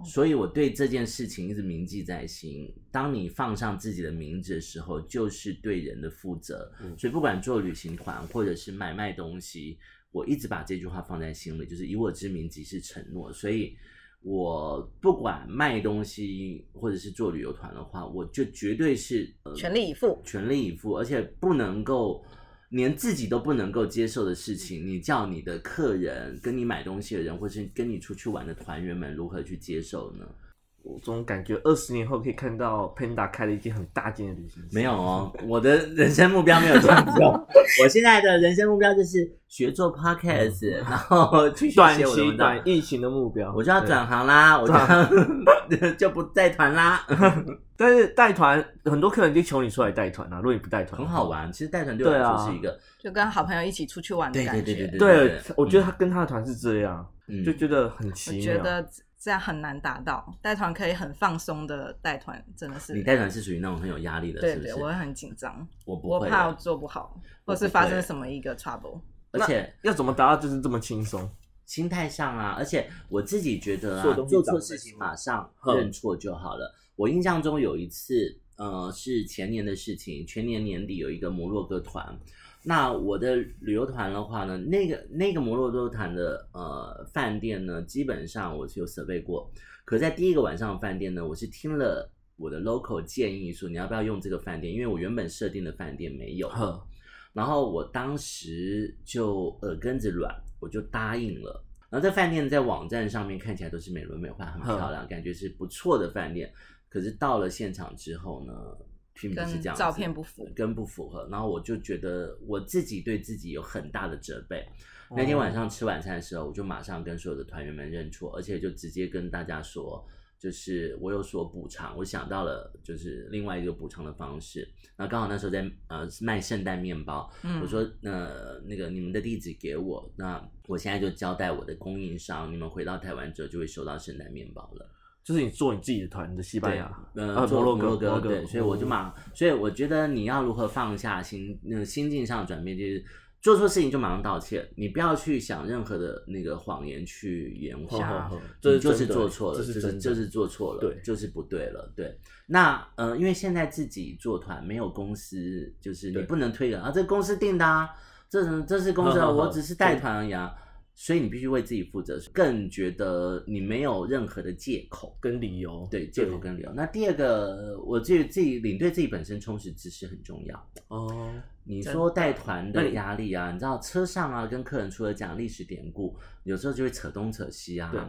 S1: 所以我对这件事情一直铭记在心。当你放上自己的名字的时候，就是对人的负责。
S5: 嗯
S1: 所以不管做旅行团或者是买卖东西，我一直把这句话放在心里，就是以我之名即是承诺。所以我不管卖东西或者是做旅游团的话，我就绝对是、呃
S2: 全力以赴，
S1: 全力以赴，而且不能够连自己都不能够接受的事情，你叫你的客人、跟你买东西的人，或是跟你出去玩的团员们如何去接受呢？
S5: 我总感觉二十年后可以看到 Panda 开了一间很大间的旅行社。
S1: 没有哦，我的人生目标没有这样子哦。我现在的人生目标就是学做 podcast，然后去学
S5: 短
S1: 写我的
S5: 期
S1: 文章
S5: 短。疫情的目标，
S1: 我就要
S5: 对
S1: 转行啦，我就要 就不带团啦，
S5: 但是带团很多客人就求你出来带团啊，如果你不带团，
S1: 很好。玩。其实带团对我来说是一个，
S2: 就跟好朋友一起出去玩的
S1: 对
S2: 感觉。
S1: 对对对对
S5: 对，我觉得他跟他的团是这样，
S1: 嗯
S5: 就觉得很奇
S2: 我
S5: 妙。
S2: 觉得这样很难达到，带团可以很放松的带团，真的是。
S1: 你带团是属于那种很有压力的，
S2: 对
S1: 是不
S2: 对，
S1: 是？
S2: 我会很紧张，
S1: 我不
S2: 我
S1: 会
S2: 怕我
S1: 的，
S2: 做不好，
S1: 我
S2: 或是
S1: 不
S2: 发
S1: 会
S2: 生什么一个 trouble。
S1: 而且
S5: 要怎么达到就是这么轻松？
S1: 心态上啊，而且我自己觉得
S4: 做
S1: 啊
S4: 东，西
S1: 做
S4: 长
S1: 错
S4: 得
S1: 事情
S4: 熟
S1: 马上
S4: 嗯
S5: 哼
S1: 认错就好了。我印象中有一次，呃，是前年的事情，全年年底有一个摩洛哥团。那我的旅游团的话呢，那个那个摩洛哥团的呃饭店呢，基本上我是有设备过，可在第一个晚上的饭店呢，我是听了我的 local 建议说你要不要用这个饭店，因为我原本设定的饭店没有。
S5: 呵，
S1: 然后我当时就耳根子软，我就答应了。然后这饭店在网站上面看起来都是美轮美奂，很漂亮，感觉是不错的饭店。可是到了现场之后呢，并不嗯是这样子，
S2: 跟照片不符
S1: 跟不符合。然后我就觉得我自己对自己有很大的责备。那天晚
S5: 哦
S1: 上吃晚餐的时候，我就马上跟所有的团员们认错，而且就直接跟大家说，就是我有所补偿，我想到了就是另外一个补偿的方式。那刚好那时候在呃卖圣诞面包，
S2: 嗯，
S1: 我说，呃，那个你们的地址给我，那我现在就交代我的供应商，你们回到台湾之后就会收到圣诞面包了。
S5: 就是你做你自己的团，你的西班牙、
S1: 呃，
S5: 啊
S1: 做
S5: 摩洛
S1: 洛
S5: 哥、摩洛哥，哦
S1: 对，所以我就
S5: 买。
S1: 马，所以我觉得你要如何放下心，那个心境上的转变就是。做错事情就马上道歉，你不要去想任何的那个谎言去掩护
S5: 呵呵呵这
S1: 你
S5: 是
S1: 就是
S5: 真的欸
S1: 做错了，
S5: 这是
S1: 就是
S5: 真的
S1: 就是做错了，
S5: 对
S1: 就是不对了，对。那呃，因为现在自己做团没有公司，就是你
S5: 对
S1: 不能推人啊，这公司定的啊，这这是公司啊，
S5: 呵呵呵
S1: 我只是带团而已啊，所以你必须为自己负责，更觉得你没有任何的借口。
S5: 跟理由，
S1: 对，借口跟理由。那第二个，我自己自己领队自己本身充实知识很重要。
S5: 哦，
S1: 你
S2: 真
S1: 说带团
S5: 那
S1: 的
S5: 你
S1: 压力啊，你知道车上啊，跟客人除了讲历史典故，有时候就会扯东扯西啊
S5: 对。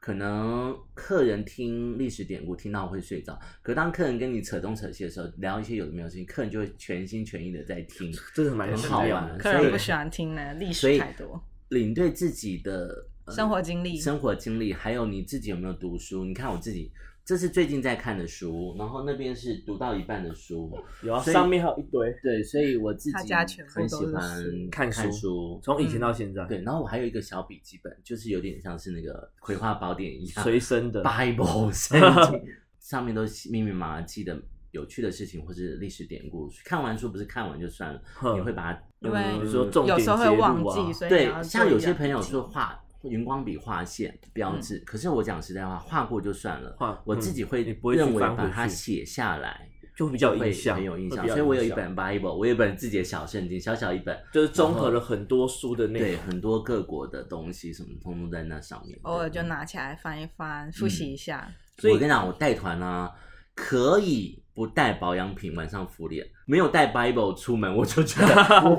S1: 可能客人听历史典故听到会睡着，可当客人跟你扯东扯西的时候，聊一些有的没有的事情，客人就会全心全意的在听，
S5: 这是蛮
S1: 很
S5: 奇
S1: 好
S5: 妙
S1: 玩。
S5: 的
S2: 客
S1: 所以
S2: 人不喜欢听呢，历
S1: 所
S2: 史
S1: 以
S2: 太多。
S1: 领队自己的、呃
S2: 生活经历
S1: 生活经历，还有你自己有没有读书？你看我自己，这是最近在看的书，然后那边是读到一半的书。
S5: 有啊，
S1: 所以嗯
S5: 上面还有一堆，
S1: 对，所以我自
S2: 他
S1: 己
S2: 家全部
S1: 很喜
S2: 都
S1: 欢
S2: 是
S1: 看
S5: 看书
S1: 书。
S5: 从以前到现在，
S1: 对，然后我还有一个小笔记本，就是有点像是那个《葵花宝典》一样
S5: 随身的，
S1: ，Bible 圣经，上面都密密麻麻记得有趣的事情或是历史典故。看完书不是看完就算了，
S5: 哼
S1: 你会把它
S2: 因为
S1: 嗯
S5: 比如说重
S2: 有
S5: 点
S2: 时
S5: 接
S2: 候会
S5: 入
S2: 忘
S5: 啊
S2: 记，所以你要啊
S1: 对，
S2: 做
S1: 像有
S2: 一
S1: 些
S2: 样
S1: 朋友
S2: 笔记
S1: 说画荧光笔划线标志，可是我讲实在话，画过就算了，
S5: 画
S1: 我自己会
S5: 嗯你不会去
S1: 认为
S5: 翻回
S1: 把它
S5: 去
S1: 写下来，
S5: 就会比较有
S1: 会
S5: 印象，
S1: 很有印
S5: 会
S1: 象。
S5: 比较
S1: 所以我有一
S5: 印象
S1: 本 Bible，我有一本自己的小圣经，小小一本，
S5: 就是综合了很多书的内
S1: 对，
S5: 容，
S1: 很多各国的东西什么，通通在那上面。
S2: 偶尔就
S1: 对
S2: 拿起来翻一翻，复
S1: 嗯
S2: 习一下。
S1: 我跟你讲，我带团啊，可以不带保养品，晚上敷脸；没有带 Bible 出门，我就觉得，我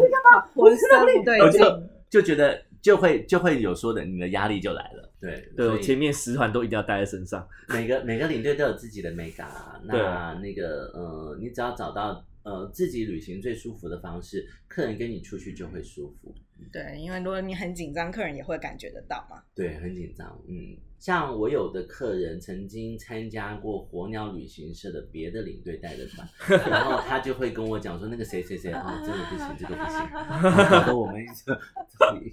S2: 浑身不对
S1: 我
S2: 劲，
S1: 就就觉得就会就会有说的，你的压力就来了。对，
S5: 对
S1: 所
S5: 我
S1: 以
S5: 前面十团都一定要带在身上，
S1: 每个每个领队都有自己的美感啊。
S5: 对
S1: 那那个呃，你只要找到呃自己旅行最舒服的方式，客人跟你出去就会舒服。
S2: 对，因为如果你很紧张，客人也会感觉得到 嘛。
S1: 对，很紧张。嗯，像我有的客人曾经参加过火鸟旅行社的别的领队带的 团，然后他就会跟我讲说，那个谁谁谁啊，这个不行，这个不 行，搞得我们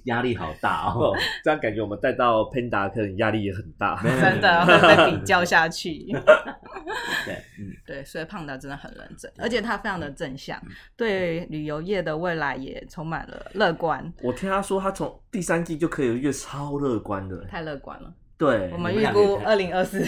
S1: 压力好大哦。
S5: 哦，这样感觉我们带到 Panda 可能压力也很大，
S2: 真的会被比较下去。
S1: 对，嗯，
S2: 对，所以胖达真的很认真，而且他非常的正向，对旅游业的未来也充满了乐观，
S5: 我听他说，他从第三季就可以有一个超乐观的，
S2: 太乐观了。
S5: 对，
S2: 我们
S1: 你们
S2: 哦预
S1: 俩
S2: 估
S1: 也太
S2: 二零二四，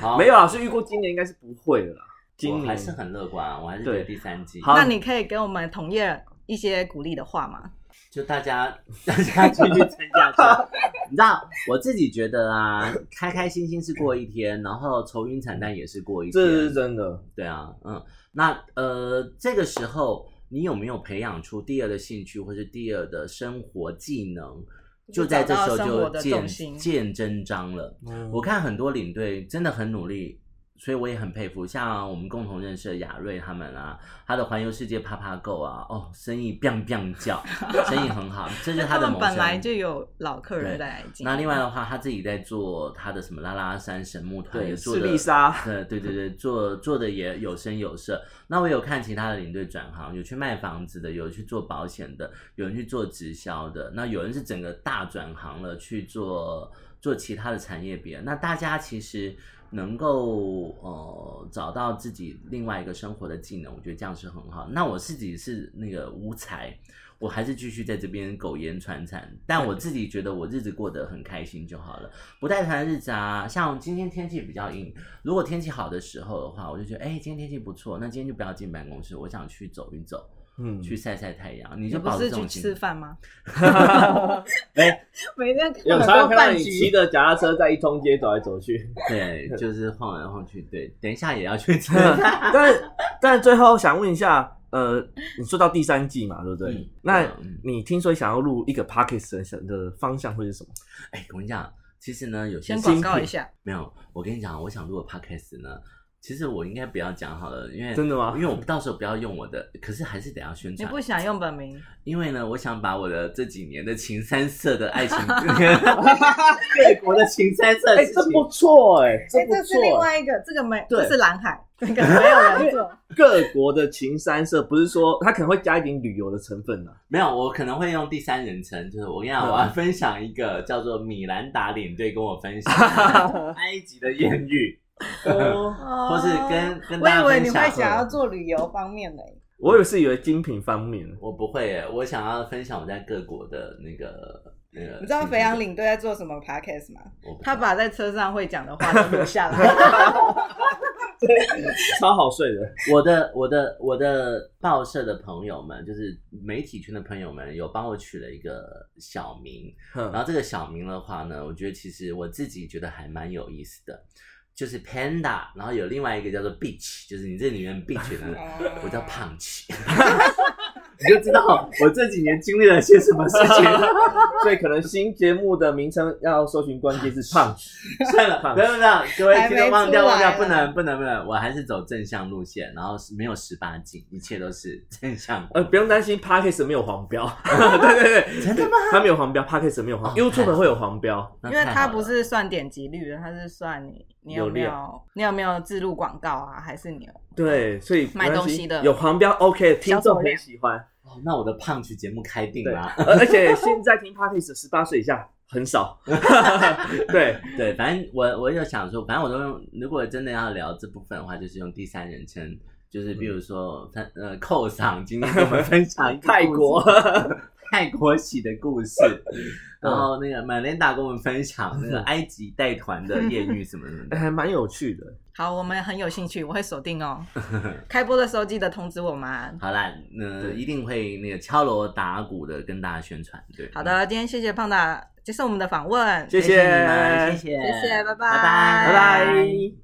S1: 好，
S5: 没有啊，是预估今年应该是不会了啦，今
S1: 我
S5: 年
S1: 还是很乐观啊，我还是觉得
S5: 对
S1: 第三季，
S5: 好
S2: 那你可以给我们同业一些鼓励的话吗？
S1: 就大家大家继续参 加团。你知道，我自己觉得啊，开开心心是过一天，然后愁云惨淡也是过一天，
S5: 这是真的，
S1: 对啊，嗯，那呃，这个时候你有没有培养出第二的兴趣，或是第二的生活技能，就在这时候
S2: 找到生活
S1: 就
S2: 的
S1: 见
S2: 重心
S1: 见真章了。我看很多领队真的很努力，所以我也很佩服。像我们共同认识的雅瑞他们啊，他的环游世界啪啪购啊，哦，生意 biang biang 叫，生意很好，这是他的
S2: 那们
S1: 谋
S2: 本来
S1: 生。
S2: 就有老客
S1: 对
S2: 人在来进。
S1: 那另外的话，他自己在做他的什么拉拉山神木团，
S5: 对
S1: 也做的
S5: 士力莎
S1: 呃对对对对，做做的也有声有色。那我有看其他的领队转行，有去卖房子的，有去做保险的，有人去做直销的，那有人是整个大转行了去做做其他的产业别。那大家其实能够呃找到自己另外一个生活的技能，我觉得这样是很好。那我自己是那个无才。我还是继续在这边苟延残喘，但我自己觉得我日子过得很开心就好了。不带团的日子啊，像今天天气比较阴，如果天气好的时候的话，我就觉得，哎、今天天气不错，那今天就不要进办公室，我想去走一走，
S5: 嗯，
S1: 去晒晒太阳。你
S2: 你
S1: 就
S2: 不
S1: 保持
S2: 是
S1: 这
S2: 去
S1: 种
S2: 吃
S1: 心。
S2: 饭 吗？
S5: 哎，
S2: 每天看
S5: 有
S2: 很
S5: 常
S2: 多
S5: 常看到
S2: 饭
S5: 你骑
S2: 局，
S5: 着脚踏车在一通街走来走 去，
S1: 对，就是晃来晃去。对，等一下也要去吃饭。
S5: 但但最后想问一下，呃，你说到第三季嘛，对不对？
S1: 嗯
S5: 那
S1: 对啊嗯
S5: 你听说想要录一个 p o c k e t 的的方向会是什么？
S1: 哎、我跟你讲，其实呢，有些
S2: 先
S1: 事
S2: 广
S1: 情
S2: 告一下。
S1: 没有，我跟你讲，我想录的 podcast 呢，其实我应该不要讲好了，因为
S5: 真的吗
S1: 因为我到时候不要用我的，可是还是得要宣
S2: 你
S1: 传
S2: 哎不。想用本名，
S1: 因为呢，我想把我的这几年的情三色的 爱情， 各国的情三色
S5: 哎，
S1: 事
S5: 这
S1: 情，
S5: 不错哎，
S2: 哎，
S5: 不
S2: 这是另
S5: 错哎。
S2: 外一个，这个没，
S5: 对
S2: 这是蓝海， 这个没有人做。
S5: 各国的情山社不是说它可能会加一点旅游的成分呢、啊
S1: 没有，我可能会用第三人称，就是我跟你
S2: 嗯
S1: 讲，我要分享一个叫做米兰达领队跟我分 享埃及的艳遇，
S5: 哦，
S1: 或
S2: 或
S1: 是跟跟
S2: 我
S1: 大家
S2: 以为你
S1: 分
S2: 会
S1: 享。
S2: 想要做旅游方面的，
S5: 我也是以为精品方面，
S1: 我不会耶，我想要分享我在各国的那个那个。
S2: 你知道肥羊领队在做什么 podcast 吗？
S1: 我不知道，
S2: 他把在车上会讲的话都录下来。
S5: 超好睡的。
S1: 我的我的我的报社的朋友们，就是媒体圈的朋友们，有帮我取了一个小名，然
S5: 哼
S1: 后这个小名的话呢，我觉得其实我自己觉得还蛮有意思的，就是 panda，然后有另外一个叫做 beach，就是你这里面 beach 的人，
S2: 哦
S1: 我叫胖奇， 你就知道我这几年经历了些什么事 情。
S5: 所以可能新节目的名称要搜寻关键字“胖
S1: 算了，不要不要，各位
S2: 还
S1: 听
S2: 没
S1: 众忘掉
S2: 出来
S1: 忘掉，
S2: 啊
S1: 不能不能不能，我还是走正向路线，然后是没有十八禁，一切都是正向”，。
S5: 呃，不用担心 p a c k a g e 没有黄标。 对对对，
S1: 真的吗？
S5: 它没有黄标 p a c k a g e 没有黄
S1: 哦
S5: ，YouTube 会有黄标。
S1: 那
S2: 因为
S1: 太
S2: 他
S1: 好
S2: 不
S1: 了
S2: 是算点击率的，他是算你你有没
S5: 流
S2: 有你有没有置入广告啊，还是你有
S5: 对，所以没关
S2: 买东西的
S5: 有黄标 OK，听
S2: 小
S5: 众
S2: 走
S5: 很
S2: 量
S5: 喜欢。
S1: 哦那我的胖曲节目开定啊
S5: 对，
S1: 啦。
S5: 而而且现在听 p a c k a g e 十八岁以下很少。 对，
S1: 对，反正我我有想说，反正我都用。如果真的要聊这部分的话，就是用第三人称，就是比如说，他呃，寇赏今天跟我们分享一个
S5: 泰国
S1: 故事泰国喜的故事，然后那个玛莲达跟我们分享那个埃及带团的艳遇什么什么
S5: 哎
S1: 的。
S5: 还蛮有趣的。
S2: 好，我们很有兴趣，我会锁定哦。开播的时候记得通知我们啊。
S1: 好啦，那、
S5: 对
S1: 一定会那个敲锣打鼓的跟大家宣传。对，
S2: 好，的，今天谢谢胖达接受我们的访问，
S5: 谢
S1: 谢谢你们，谢谢，
S2: 谢谢
S1: 拜
S2: 拜拜
S5: 拜拜。